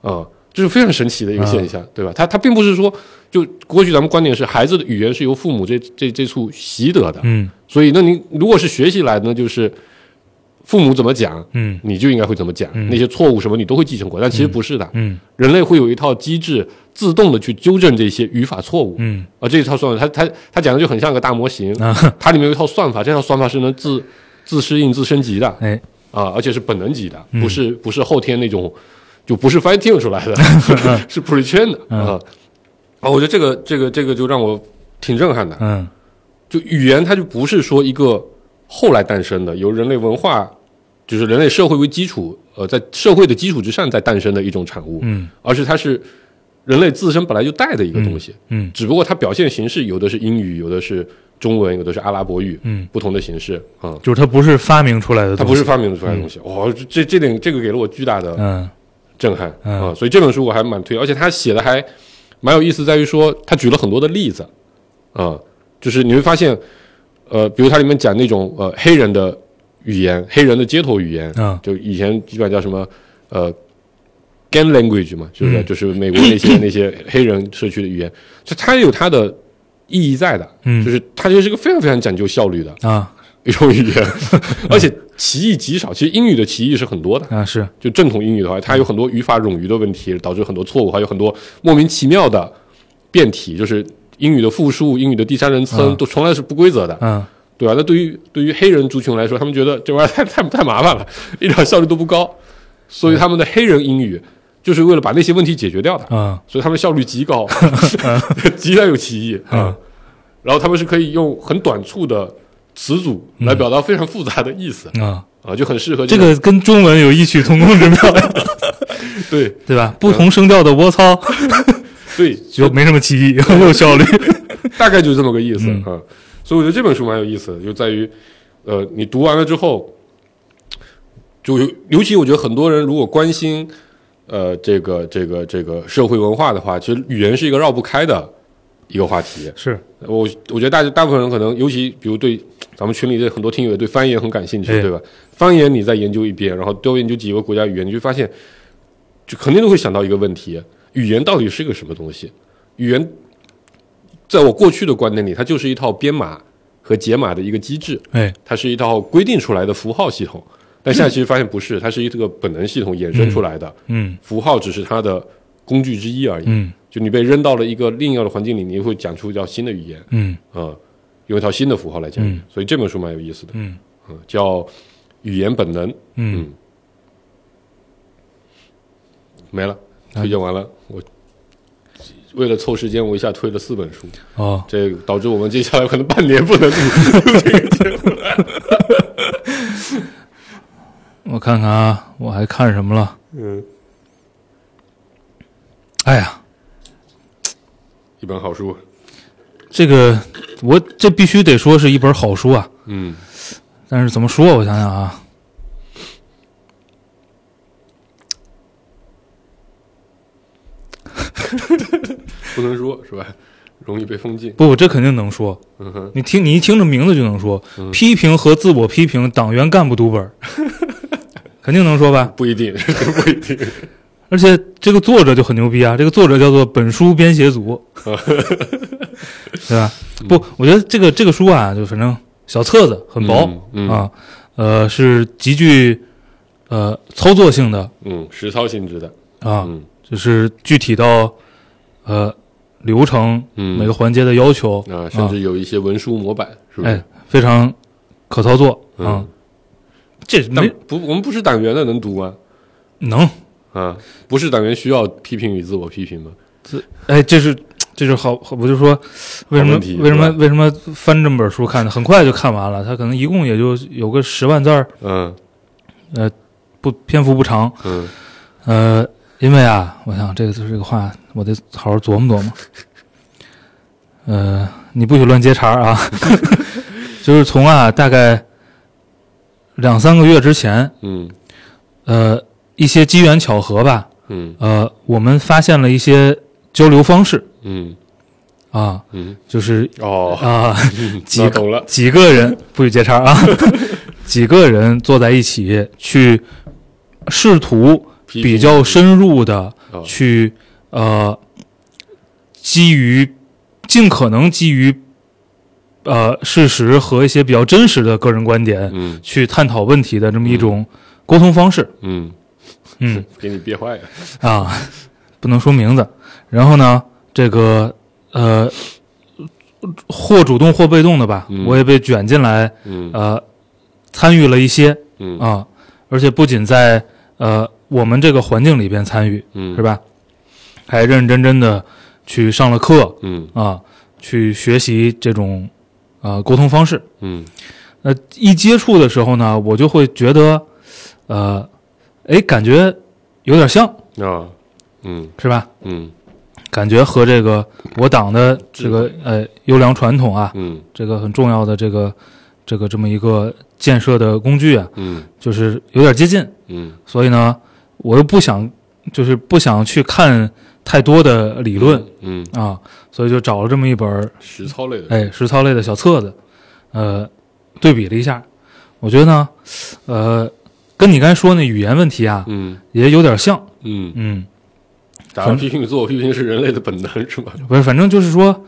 [SPEAKER 4] 啊、这是非常神奇的一个现象，对吧？他他并不是说，就过去咱们观点是孩子的语言是由父母这这这处习得的，
[SPEAKER 3] 嗯
[SPEAKER 4] 所以那你如果是学习来的，那就是父母怎么讲，
[SPEAKER 3] 嗯
[SPEAKER 4] 你就应该会怎么讲，那些错误什么你都会继承过来，但其实不是的，
[SPEAKER 3] 嗯
[SPEAKER 4] 人类会有一套机制自动的去纠正这些语法错误。
[SPEAKER 3] 嗯
[SPEAKER 4] 啊，这一套算法，它它它讲的就很像个大模型，
[SPEAKER 3] 啊
[SPEAKER 4] 它里面有一套算法，这套算法是能自自适应、自升级的
[SPEAKER 3] 哎，嗯
[SPEAKER 4] 啊，而且是本能级的，不是不是后天那种，就不是 fine tune 出来的， 是是 pre train 的
[SPEAKER 3] 嗯
[SPEAKER 4] 啊。啊，我觉得这个这个这个就让我挺震撼的，
[SPEAKER 3] 嗯
[SPEAKER 4] 就语言它就不是说一个后来诞生的，由人类文化，就是人类社会为基础，呃，在社会的基础之上再诞生的一种产物，
[SPEAKER 3] 嗯
[SPEAKER 4] 而是它是人类自身本来就带的一个东西。
[SPEAKER 3] 嗯
[SPEAKER 4] 只不过它表现形式有的是英语，有的是中文，有的是阿拉伯语，
[SPEAKER 3] 嗯，
[SPEAKER 4] 不同的形式啊、嗯
[SPEAKER 3] 就是它不是发明出来的嗯
[SPEAKER 4] 它
[SPEAKER 3] 东西，
[SPEAKER 4] 不是发明出来的东西。哇、这这点这个给了我巨大的
[SPEAKER 3] 嗯
[SPEAKER 4] 震撼啊、
[SPEAKER 3] 嗯
[SPEAKER 4] 所以这本书我还蛮推，而且他写的还蛮有意思，在于说他举了很多的例子啊、就是你会发现，呃，比如它里面讲那种呃黑人的语言，黑人的街头语言，
[SPEAKER 3] 嗯
[SPEAKER 4] 就以前基本上叫什么呃 gang language 嘛，
[SPEAKER 3] 嗯
[SPEAKER 4] 就是、就是美国那些那些黑人社区的语言， 就它也有它的意义在的，
[SPEAKER 3] 嗯
[SPEAKER 4] 就是它就是个非常非常讲究效率的
[SPEAKER 3] 啊
[SPEAKER 4] 一种语 言，而且歧义极少。其实英语的歧义是很多的，
[SPEAKER 3] 啊是
[SPEAKER 4] 就正统英语的话，它有很多语法冗余的问题，导致很多错误，还有很多莫名其妙的变体，就是英语的复数、英语的第三人称
[SPEAKER 3] 嗯
[SPEAKER 4] 都从来是不规则的。
[SPEAKER 3] 嗯
[SPEAKER 4] 对吧？那对于对于黑人族群来说，他们觉得这玩意儿太太太麻烦了，一点效率都不高，所
[SPEAKER 3] 嗯
[SPEAKER 4] 以他们的黑人英语就是为了把那些问题解决掉的，
[SPEAKER 3] 啊
[SPEAKER 4] 所以他们效率 极高，极大有歧义
[SPEAKER 3] 嗯
[SPEAKER 4] 啊。然后他们是可以用很短促的词组来表达非常复杂的意思
[SPEAKER 3] 啊，
[SPEAKER 4] 啊，就很适合
[SPEAKER 3] 嗯这
[SPEAKER 4] 种
[SPEAKER 3] 个跟中文有异曲同工之妙，
[SPEAKER 4] 对
[SPEAKER 3] 对吧？不同声调的我操
[SPEAKER 4] 对，
[SPEAKER 3] 就没什么歧 义，很有效率。
[SPEAKER 4] 大概就这么个意思
[SPEAKER 3] 嗯
[SPEAKER 4] 啊、所以我觉得这本书蛮有意思的，就在于，呃，你读完了之后，就尤尤其我觉得很多人如果关心，呃，这个这个这个社会文化的话，其实语言是一个绕不开的一个话题。
[SPEAKER 3] 是，
[SPEAKER 4] 我我觉得大大部分人可能，尤其比如对咱们群里的很多听友对方言很感兴趣，
[SPEAKER 3] 哎
[SPEAKER 4] 对吧？方言你再研究一遍，然后多研究几个国家语言，你就发现，就肯定都会想到一个问题：语言到底是个什么东西？语言，在我过去的观点里，它就是一套编码和解码的一个机制，
[SPEAKER 3] 哎，
[SPEAKER 4] 它是一套规定出来的符号系统。但现在其实发现不是，它是一个本能系统衍生出来的，
[SPEAKER 3] 嗯
[SPEAKER 4] 符号只是它的工具之一而已。
[SPEAKER 3] 嗯
[SPEAKER 4] 就你被扔到了一个另一个环境里，你会讲出一套新的语言。
[SPEAKER 3] 嗯
[SPEAKER 4] 啊、用一套新的符号来讲，
[SPEAKER 3] 嗯
[SPEAKER 4] 所以这本书蛮有意思的，
[SPEAKER 3] 嗯
[SPEAKER 4] 嗯，叫《语言本能》，
[SPEAKER 3] 嗯，
[SPEAKER 4] 没了，
[SPEAKER 3] 啊
[SPEAKER 4] 推荐完了，我为了凑时间，我一下推了四本书，
[SPEAKER 3] 哦，
[SPEAKER 4] 这导致我们接下来可能半年不能录这个节目了。
[SPEAKER 3] 我看看啊，我还看什么了？
[SPEAKER 4] 嗯，
[SPEAKER 3] 哎呀，
[SPEAKER 4] 一本好书，
[SPEAKER 3] 这个我这必须得说是一本好书啊。
[SPEAKER 4] 嗯，
[SPEAKER 3] 但是怎么说？我想想啊，
[SPEAKER 4] 不能说是吧？容易被封禁。
[SPEAKER 3] 不，这肯定能说。
[SPEAKER 4] 嗯哼，
[SPEAKER 3] 你听，你一听这名字就能说，批评和自我批评，党员干部读本儿， 肯定能说吧？
[SPEAKER 4] 不一定， 不一定。
[SPEAKER 3] 而且这个作者就很牛逼啊，这个作者叫做本书编写组， 对吧？不，我觉得这个这个
[SPEAKER 4] 嗯
[SPEAKER 3] 书啊，就反正小册子很薄、
[SPEAKER 4] 嗯嗯
[SPEAKER 3] 啊，呃，是极具呃操作性的
[SPEAKER 4] 嗯，实操性质的，
[SPEAKER 3] 啊，
[SPEAKER 4] 嗯
[SPEAKER 3] 就是具体到呃流程
[SPEAKER 4] 嗯，
[SPEAKER 3] 每个环节的要求
[SPEAKER 4] 啊，甚至有一些文书模板，是不是
[SPEAKER 3] 哎？非常可操作啊
[SPEAKER 4] 嗯，，
[SPEAKER 3] 这
[SPEAKER 4] 但
[SPEAKER 3] 没
[SPEAKER 4] 不，我们不是党员的能读吗？
[SPEAKER 3] 能
[SPEAKER 4] 啊，不是党员需要批评与自我批评吗？
[SPEAKER 3] 哎，这是这是好，好我就说为什么
[SPEAKER 4] 好问题
[SPEAKER 3] 为什么
[SPEAKER 4] 是吧
[SPEAKER 3] 为什么翻这么本书看的很快就看完了，它可能一共也就有个十万字儿，
[SPEAKER 4] 嗯
[SPEAKER 3] 不篇幅不长，
[SPEAKER 4] 嗯
[SPEAKER 3] 呃，因为啊，我想这个这个话，我得好好琢磨琢磨。呃，你不许乱接茬儿啊！ 就是从啊，大概两三个月之前，
[SPEAKER 4] 嗯
[SPEAKER 3] 呃，一些机缘巧合吧，
[SPEAKER 4] 嗯
[SPEAKER 3] 呃，我们发现了一些交流方式
[SPEAKER 4] 嗯
[SPEAKER 3] 啊，
[SPEAKER 4] 嗯，
[SPEAKER 3] 就是
[SPEAKER 4] 哦，
[SPEAKER 3] 啊，几
[SPEAKER 4] 那懂了，
[SPEAKER 3] 几个人不许接茬儿啊， 几个人坐在一起去试图
[SPEAKER 4] 批评
[SPEAKER 3] 比较深入的
[SPEAKER 4] 哦
[SPEAKER 3] 去呃，基于尽可能基于呃事实和一些比较真实的个人观点、
[SPEAKER 4] 嗯
[SPEAKER 3] 去探讨问题的这么一种沟通方式。
[SPEAKER 4] 嗯，
[SPEAKER 3] 嗯
[SPEAKER 4] 给你憋坏了，
[SPEAKER 3] 啊，不能说名字。然后呢，这个呃，或主动或被动的吧，
[SPEAKER 4] 嗯
[SPEAKER 3] 我也被卷进来，
[SPEAKER 4] 嗯
[SPEAKER 3] 呃，参与了一些
[SPEAKER 4] 嗯
[SPEAKER 3] 啊，而且不仅在呃我们这个环境里边参与，
[SPEAKER 4] 嗯，
[SPEAKER 3] 是？吧？还认认真真的去上了课
[SPEAKER 4] 嗯
[SPEAKER 3] 啊，去学习这种呃沟通方式。
[SPEAKER 4] 嗯
[SPEAKER 3] 那一接触的时候呢，我就会觉得，呃，哎，感觉有点像，
[SPEAKER 4] 啊，嗯
[SPEAKER 3] 是吧？
[SPEAKER 4] 嗯
[SPEAKER 3] 感觉和这个我党的这个呃优良传统啊，
[SPEAKER 4] 嗯
[SPEAKER 3] 这个很重要的这个这个这么一个建设的工具啊，
[SPEAKER 4] 嗯
[SPEAKER 3] 就是有点接近。
[SPEAKER 4] 嗯
[SPEAKER 3] 所以呢，我又不想就是不想去看太多的理论，
[SPEAKER 4] 嗯，
[SPEAKER 3] 啊，所以就找了这么一本儿
[SPEAKER 4] 实操类的，
[SPEAKER 3] 哎实操类的小册子，呃，对比了一下，我觉得呢，呃，跟你刚才说那语言问题啊，
[SPEAKER 4] 嗯
[SPEAKER 3] 也有点像，
[SPEAKER 4] 嗯，
[SPEAKER 3] 嗯，
[SPEAKER 4] 打完批评与自我批评是人类的本能，是吧？
[SPEAKER 3] 嗯不是，反正就是说，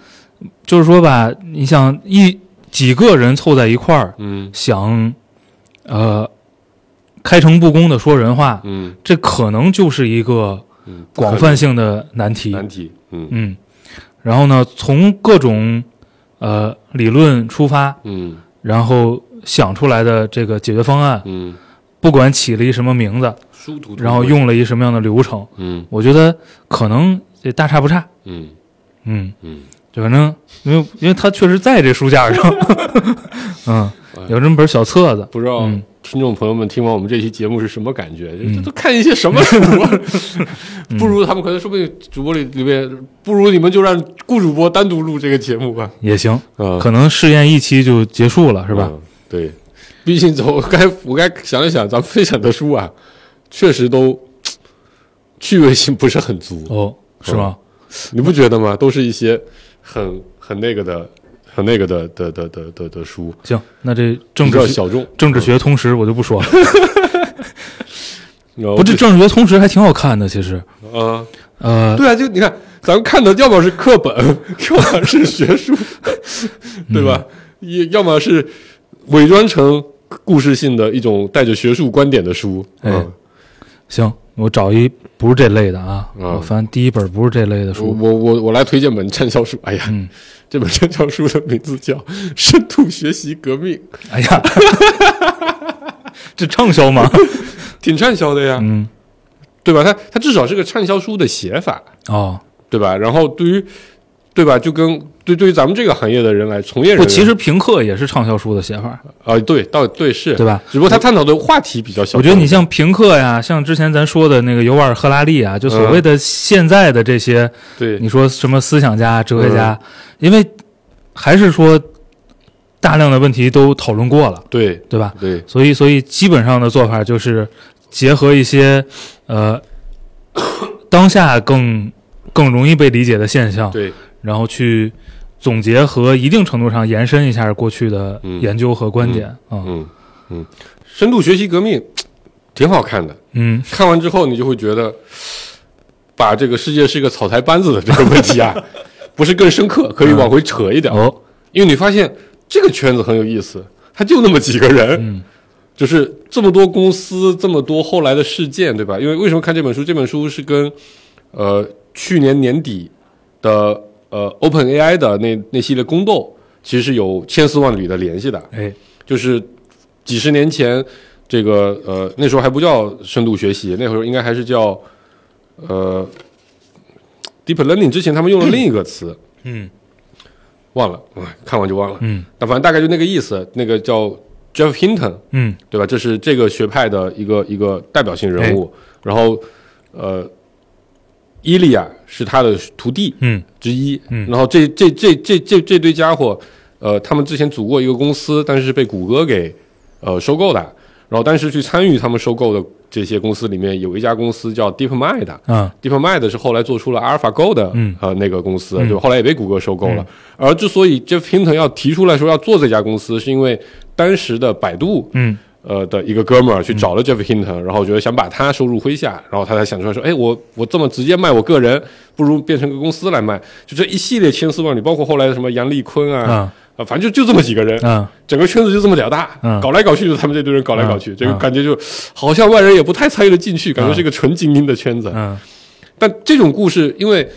[SPEAKER 3] 就是说吧，你想一几个人凑在一块儿，
[SPEAKER 4] 嗯
[SPEAKER 3] 想呃开诚布公的说人话，
[SPEAKER 4] 嗯
[SPEAKER 3] 这可能就是一个
[SPEAKER 4] 嗯，
[SPEAKER 3] 广泛性的难题，
[SPEAKER 4] 难题，嗯
[SPEAKER 3] 嗯，然后呢，从各种呃理论出发，
[SPEAKER 4] 嗯
[SPEAKER 3] 然后想出来的这个解决方案，
[SPEAKER 4] 嗯，
[SPEAKER 3] 不管起了一什么名字，
[SPEAKER 4] 殊途同归
[SPEAKER 3] 然后，用了一什么样的流程，
[SPEAKER 4] 嗯
[SPEAKER 3] 我觉得可能也大差不差。
[SPEAKER 4] 嗯
[SPEAKER 3] 嗯，
[SPEAKER 4] 嗯，
[SPEAKER 3] 就反正因为因为它确实在这书架上， 嗯，有这么本小册子，
[SPEAKER 4] 不知道
[SPEAKER 3] 嗯
[SPEAKER 4] 听众朋友们听完我们这期节目是什么感觉？
[SPEAKER 3] 嗯
[SPEAKER 4] 这都看一些 什么书啊？不如他们可能说不定主播里里面，不如你们就让顾主播单独录这个节目吧，
[SPEAKER 3] 也行，
[SPEAKER 4] 啊，
[SPEAKER 3] 可能试验一期就结束了，是吧？
[SPEAKER 4] 嗯？对，毕竟我该我该想一想，咱们分享的书啊，确实都趣味性不是很足，
[SPEAKER 3] 哦，是吗？
[SPEAKER 4] 你不觉得吗？都是一些很很那个的、很那个的的的的的的书，
[SPEAKER 3] 行，那这政
[SPEAKER 4] 比较
[SPEAKER 3] 治学
[SPEAKER 4] 小众，
[SPEAKER 3] 政治学通识我就不说了，
[SPEAKER 4] 嗯
[SPEAKER 3] 不，这政治学通识还挺好看的，其实，
[SPEAKER 4] 啊，
[SPEAKER 3] 呃，
[SPEAKER 4] 对啊，就你看，咱们看的要么是课本，要么是学术，
[SPEAKER 3] 嗯
[SPEAKER 4] 对吧？也要么是伪装成故事性的一种带着学术观点的书。
[SPEAKER 3] 哎
[SPEAKER 4] 嗯，
[SPEAKER 3] 行，我找一不是这类的啊，
[SPEAKER 4] 嗯
[SPEAKER 3] 我翻第一本不是这类的
[SPEAKER 4] 我
[SPEAKER 3] 书，
[SPEAKER 4] 我我我来推荐本畅销书。哎呀，
[SPEAKER 3] 嗯
[SPEAKER 4] 这本畅销书的名字叫《深度学习革命》，
[SPEAKER 3] 哎呀， 这畅销吗？
[SPEAKER 4] 挺畅销的呀，
[SPEAKER 3] 嗯，
[SPEAKER 4] 对吧？它它至少是个畅销书的写法，
[SPEAKER 3] 哦，
[SPEAKER 4] 对吧？然后对于对吧，就跟对对于咱们这个行业的人来，从业人
[SPEAKER 3] 不，
[SPEAKER 4] 来
[SPEAKER 3] 其实评课也是畅销书的写法，
[SPEAKER 4] 啊、对，倒对是，
[SPEAKER 3] 对吧？
[SPEAKER 4] 只不过他探讨的话题比较小众。
[SPEAKER 3] 我觉得你像评课呀，像之前咱说的那个尤瓦尔·赫拉利啊，就所谓的现在的这些，
[SPEAKER 4] 嗯对，嗯
[SPEAKER 3] 你说什么思想家、哲学家，因为还是说大量的问题都讨论过了，
[SPEAKER 4] 对
[SPEAKER 3] 对吧？
[SPEAKER 4] 对，
[SPEAKER 3] 所以，所以基本上的做法就是结合一些呃当下更更容易被理解的现象，
[SPEAKER 4] 对，
[SPEAKER 3] 然后去总结和一定程度上延伸一下过去的
[SPEAKER 4] 嗯
[SPEAKER 3] 研究和观点啊，
[SPEAKER 4] 嗯嗯，深度学习革命挺好看的，
[SPEAKER 3] 嗯
[SPEAKER 4] 看完之后你就会觉得，把这个世界是一个草台班子的这个 问题啊，不是更深刻，可以往回扯一点，
[SPEAKER 3] 哦，
[SPEAKER 4] 因为你发现这个圈子很有意思，它就那么几个人，
[SPEAKER 3] 嗯
[SPEAKER 4] 就是这么多公司，这么多后来的事件，对吧？因为为什么看这本书？这本书是跟呃去年年底的呃 Open AI 的那那系列宫斗，其实是有千丝万缕的联系的。
[SPEAKER 3] 哎，
[SPEAKER 4] 就是几十年前，这个呃那时候还不叫深度学习，那会儿应该还是叫呃 deep learning。之前他们用了另一个词，
[SPEAKER 3] 嗯
[SPEAKER 4] 忘了，哎看完就忘了。
[SPEAKER 3] 嗯
[SPEAKER 4] 那反正大概就那个意思，那个叫 Jeff Hinton，
[SPEAKER 3] 嗯
[SPEAKER 4] 对吧？这是这个学派的一个一个代表性人物。
[SPEAKER 3] 哎
[SPEAKER 4] 然后，呃，伊利亚是他的徒弟
[SPEAKER 3] 嗯
[SPEAKER 4] 之一。
[SPEAKER 3] 嗯
[SPEAKER 4] 然后这这这这这这堆家伙，呃，他们之前组过一个公司，但是是被谷歌给呃收购的。然后当时去参与他们收购的这些公司里面，有一家公司叫 DeepMind 的，
[SPEAKER 3] 啊
[SPEAKER 4] DeepMind 是后来做出了 AlphaGo 的、
[SPEAKER 3] 嗯
[SPEAKER 4] 呃那个公司，就后来也被谷歌收购了。而之所以 Jeff Hinton 要提出来说要做这家公司，是因为当时的百度
[SPEAKER 3] 嗯
[SPEAKER 4] 呃的一个哥们儿去找了 Jeff Hinton，、然后觉得想把他收入麾下，然后他才想出来说，哎，我我这么直接卖我个人，不如变成个公司来卖。就这一系列千丝万缕，包括后来的什么杨立坤啊，
[SPEAKER 3] 啊
[SPEAKER 4] 呃反正就就这么几个人，
[SPEAKER 3] 啊
[SPEAKER 4] 整个圈子就这么点大，
[SPEAKER 3] 嗯
[SPEAKER 4] 搞来搞去就是他们这堆人搞来搞去，
[SPEAKER 3] 嗯
[SPEAKER 4] 这个
[SPEAKER 3] 嗯
[SPEAKER 4] 感觉就好像外人也不太参与的进去，感觉是一个纯精英的圈子。
[SPEAKER 3] 啊
[SPEAKER 4] 但这种故事，因为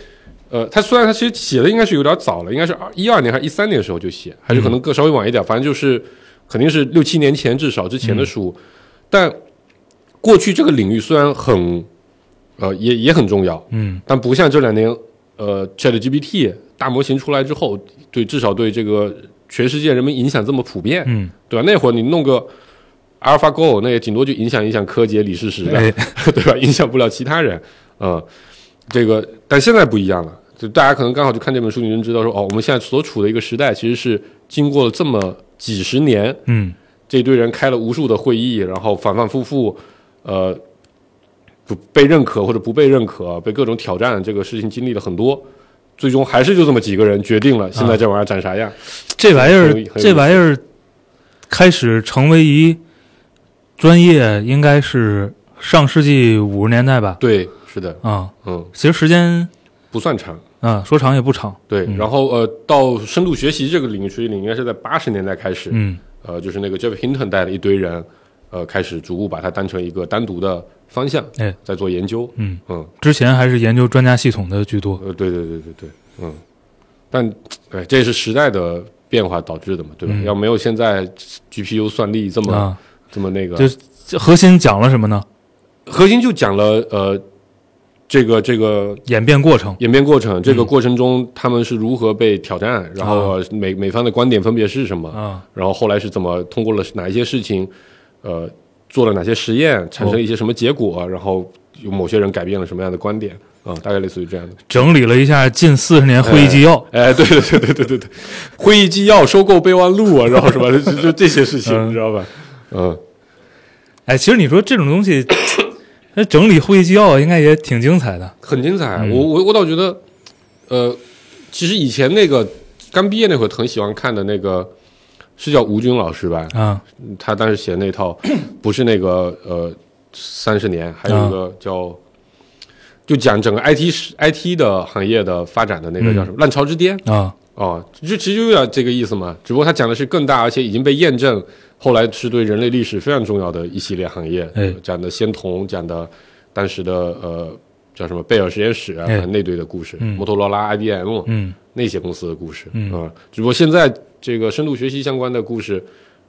[SPEAKER 4] 呃，他虽然他其实写的应该是有点早了，应该是一二年还是一三年的时候就写，还是可能更稍微晚一点，反正就是肯定是六七年前至少之前的书。但过去这个领域虽然很呃也也很重要，
[SPEAKER 3] 嗯
[SPEAKER 4] 但不像这两年呃 ChatGPT 大模型出来之后，对至少对这个全世界人们影响这么普遍，
[SPEAKER 3] 嗯
[SPEAKER 4] 对吧？那会儿你弄个 AlphaGo，那也顶多就影响影响柯洁、李世 石的，啊
[SPEAKER 3] 哎
[SPEAKER 4] 对吧？影响不了其他人。呃，这个但现在不一样了，就大家可能刚好就看这本书，你就知道说，哦，我们现在所处的一个时代，其实是经过了这么几十年，
[SPEAKER 3] 嗯
[SPEAKER 4] 这堆人开了无数的会议，然后反反复复，呃，不被认可或者不被认可，被各种挑战，这个事情经历了很多。最终还是就这么几个人决定了现在这玩意儿长啥样，
[SPEAKER 3] 这玩意
[SPEAKER 4] 很有
[SPEAKER 3] 儿
[SPEAKER 4] 意很有意思
[SPEAKER 3] 这玩意儿开始成为一专业，应该是上世纪五十年代吧？
[SPEAKER 4] 对，是的，
[SPEAKER 3] 啊，
[SPEAKER 4] 嗯，
[SPEAKER 3] 其实时间
[SPEAKER 4] 不算长，
[SPEAKER 3] 啊说长也不长，
[SPEAKER 4] 对，然后呃，到深度学习这个领域，学习领域应该是在八十年代开始，
[SPEAKER 3] 嗯
[SPEAKER 4] 呃，就是那个 Jeff Hinton 带了一堆人，呃，开始逐步把它当成一个单独的方向，
[SPEAKER 3] 哎
[SPEAKER 4] 在做研究，
[SPEAKER 3] 嗯，
[SPEAKER 4] 嗯，
[SPEAKER 3] 之前还是研究专家系统的居多，
[SPEAKER 4] 呃，对对对对对，嗯，但哎，这也是时代的变化导致的嘛，对吧？要没有现在 GPU 算力这
[SPEAKER 3] 嗯
[SPEAKER 4] 么、
[SPEAKER 3] 啊，
[SPEAKER 4] 这么那个，
[SPEAKER 3] 就这核心讲了什么呢？
[SPEAKER 4] 核心就讲了呃，这个这个
[SPEAKER 3] 演变过程，
[SPEAKER 4] 演变过程，这个过程中他们是如何被挑战，然后每每方的观点分别是什么，
[SPEAKER 3] 啊
[SPEAKER 4] 然后后来是怎么通过了哪一些事情，呃，做了哪些实验，产生了一些什么结果，然后有某些人改变了什么样的观点啊、大概类似于这样的。
[SPEAKER 3] 整理了一下近四十年会议纪要，
[SPEAKER 4] 哎， 对对对对对对对，会议纪要、收购备忘录啊，然后什么就就这些事情，你知道吧？嗯，
[SPEAKER 3] 哎，其实你说这种东西，那整理会议纪要应该也挺精彩的，
[SPEAKER 4] 很精彩。我我我倒觉得，呃，其实以前那个刚毕业那会儿很喜欢看的那个。是叫吴军老师吧？
[SPEAKER 3] 啊
[SPEAKER 4] 他当时写 那套不是那个呃三十年，还有一
[SPEAKER 3] 啊
[SPEAKER 4] 个叫、就讲整个 IT 时 IT 的行业的发展的那
[SPEAKER 3] 嗯
[SPEAKER 4] 个叫什么“浪潮之巅
[SPEAKER 3] 啊”
[SPEAKER 4] 哦，就其实就有点这个意思嘛。只不过他讲的是更大，而且已经被验证，后来是对人类历史非常重要的一系列行业，呃
[SPEAKER 3] 哎
[SPEAKER 4] 讲的仙童，讲的当时的呃叫什么贝尔实验室啊、
[SPEAKER 3] 哎
[SPEAKER 4] 那堆的故事，摩托罗拉、IBM，
[SPEAKER 3] 嗯
[SPEAKER 4] 那些公司的故事啊、只不过现在这个深度学习相关的故事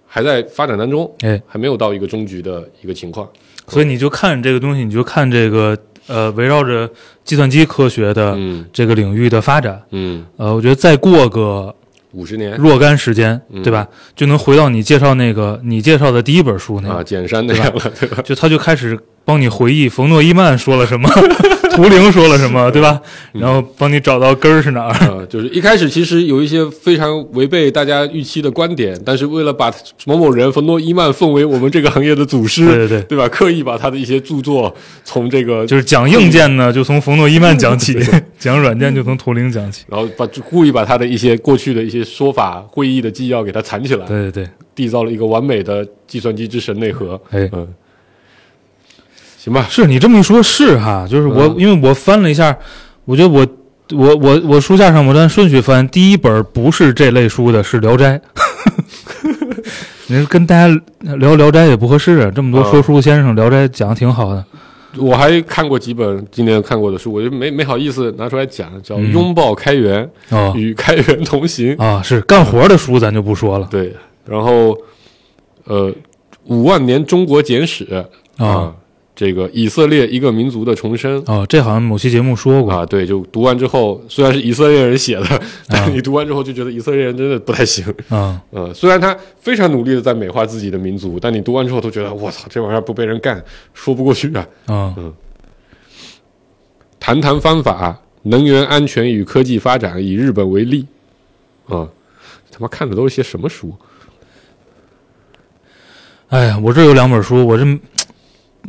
[SPEAKER 4] 还在发展当中，
[SPEAKER 3] 哎，
[SPEAKER 4] 还没有到一个终局的一个情况。
[SPEAKER 3] 所以你就看这个东西，你就看这个呃，围绕着计算机科学的
[SPEAKER 4] 嗯
[SPEAKER 3] 这个领域的发展，
[SPEAKER 4] 嗯，
[SPEAKER 3] 呃，我觉得再过个
[SPEAKER 4] 五十年啊
[SPEAKER 3] 若干时间，对吧，就能回到你介绍那个你介绍的第一本书那个，
[SPEAKER 4] 啊，简山那样了，对吧？
[SPEAKER 3] 就他就开始帮你回忆冯诺依曼说了什么， 图灵说了什么，对吧？然后帮你找到根儿是哪儿，
[SPEAKER 4] 啊，就是一开始其实有一些非常违背大家预期的观点，但是为了把某某人冯诺依曼奉为我们这个行业的祖师，
[SPEAKER 3] 对对对
[SPEAKER 4] 对吧？刻意把他的一些著作从这个
[SPEAKER 3] 就是讲硬件呢，就从冯诺依曼讲 起；讲软件就从图灵讲起。
[SPEAKER 4] 然后把故意把他的一些过去的一些说法、会议的纪要给他藏起来，
[SPEAKER 3] 对对
[SPEAKER 4] 缔造了一个完美的计算机之神内核。
[SPEAKER 3] 对，哎，
[SPEAKER 4] 嗯，行吧，
[SPEAKER 3] 是你这么一说，是哈，就是我，因为我翻了一下，我觉得我。我我我书架 上我按顺序翻，第一本不是这类书的是《聊斋》，您跟大家聊《聊斋》也不合适，啊这么多
[SPEAKER 4] 嗯
[SPEAKER 3] 说书先生，《聊斋》讲的挺好的。
[SPEAKER 4] 我还看过几本今年看过的书，我就没没好意思拿出来讲，叫
[SPEAKER 3] 嗯
[SPEAKER 4] 《拥抱开源》
[SPEAKER 3] 哦
[SPEAKER 4] 与《开源同行》
[SPEAKER 3] 啊，是干活的书咱就不说了
[SPEAKER 4] 对，然后呃，《五万年中国简史》
[SPEAKER 3] 啊
[SPEAKER 4] 这个以色列一个民族的重生。
[SPEAKER 3] 哦，这好像某期节目说过
[SPEAKER 4] 啊，对，就读完之后，虽然是以色列人写
[SPEAKER 3] 哦
[SPEAKER 4] 的， 但你读完之后就觉得以色列人真的不太行。
[SPEAKER 3] 啊
[SPEAKER 4] 呃，虽然他非常努力的在美化自己的民族，但你读完之后都觉得，我操，这玩意儿不被人干，说不过去啊。
[SPEAKER 3] 啊
[SPEAKER 4] 谈谈方法，能源安全与科技发展，以日本为例，啊、他妈看的都是些什么书？
[SPEAKER 3] 哎呀，我这有两本书，我这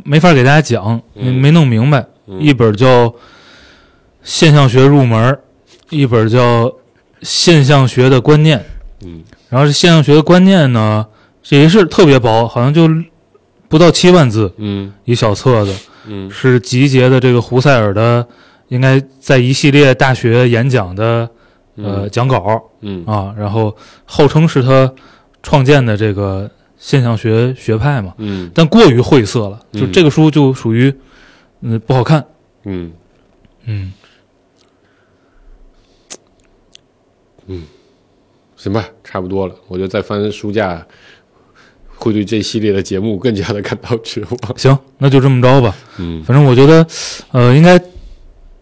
[SPEAKER 3] 没法给大家讲，
[SPEAKER 4] 嗯
[SPEAKER 3] 没弄明白。一本叫《现象学入门》，一本叫《现象学的观念》。
[SPEAKER 4] 嗯，
[SPEAKER 3] 然后这《现象学的观念》呢，这也是特别薄，好像就不到七万字
[SPEAKER 4] 嗯
[SPEAKER 3] 一小册子，
[SPEAKER 4] 嗯
[SPEAKER 3] 是集结的这个胡塞尔的，应该在一系列大学演讲的呃讲稿
[SPEAKER 4] 嗯
[SPEAKER 3] 啊，然后号称是他创建的这个现象学学派嘛。
[SPEAKER 4] 嗯
[SPEAKER 3] 但过于晦涩了，就
[SPEAKER 4] 嗯
[SPEAKER 3] 这个书就属于，嗯，不好看。
[SPEAKER 4] 嗯，
[SPEAKER 3] 嗯，
[SPEAKER 4] 嗯行吧，差不多了。我觉得再翻书架，会对这系列的节目更加的感到绝望。
[SPEAKER 3] 行，那就这么着吧。
[SPEAKER 4] 嗯，
[SPEAKER 3] 反正我觉得，呃，应该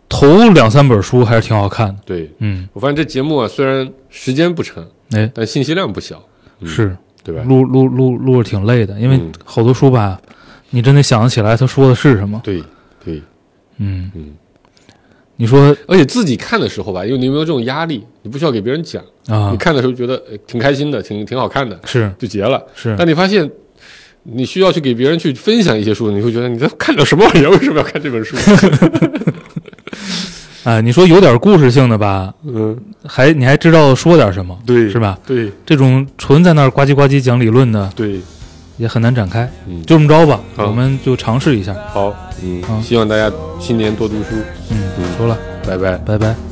[SPEAKER 3] 头两三本书还是挺好看的。
[SPEAKER 4] 对
[SPEAKER 3] 嗯，
[SPEAKER 4] 我发现这节目啊，虽然时间不长，
[SPEAKER 3] 哎，
[SPEAKER 4] 但信息量不小，嗯
[SPEAKER 3] 是
[SPEAKER 4] 对吧？
[SPEAKER 3] 录录录录着挺累的，因为
[SPEAKER 4] 嗯
[SPEAKER 3] 好多书吧，你真得想得起来他说的是什么。
[SPEAKER 4] 对对，
[SPEAKER 3] 嗯
[SPEAKER 4] 嗯，
[SPEAKER 3] 你说
[SPEAKER 4] 而且自己看的时候吧，因为你没有这种压力，你不需要给别人讲，
[SPEAKER 3] 啊
[SPEAKER 4] 你，看的时候觉得呃挺开心的，挺挺好看的，
[SPEAKER 3] 是
[SPEAKER 4] 就结了。
[SPEAKER 3] 是
[SPEAKER 4] 但你发现，你需要去给别人去分享一些书，你会觉得你在看点什么玩意儿？为什么要看这 本书？
[SPEAKER 3] 哎，你说有点故事性的吧，
[SPEAKER 4] 嗯，
[SPEAKER 3] 还你还知道说点什么，
[SPEAKER 4] 对，
[SPEAKER 3] 是？吧？
[SPEAKER 4] 对
[SPEAKER 3] 这种纯在那儿呱唧呱唧讲理论的，
[SPEAKER 4] 对，
[SPEAKER 3] 也很难展开。
[SPEAKER 4] 嗯，
[SPEAKER 3] 就这么着吧，
[SPEAKER 4] 好
[SPEAKER 3] 我们就尝试一下。
[SPEAKER 4] 好，嗯，
[SPEAKER 3] 嗯
[SPEAKER 4] 希望大家新年多读书，
[SPEAKER 3] 嗯，
[SPEAKER 4] 嗯
[SPEAKER 3] 说了，
[SPEAKER 4] 拜拜。
[SPEAKER 3] 拜拜。
[SPEAKER 4] 拜拜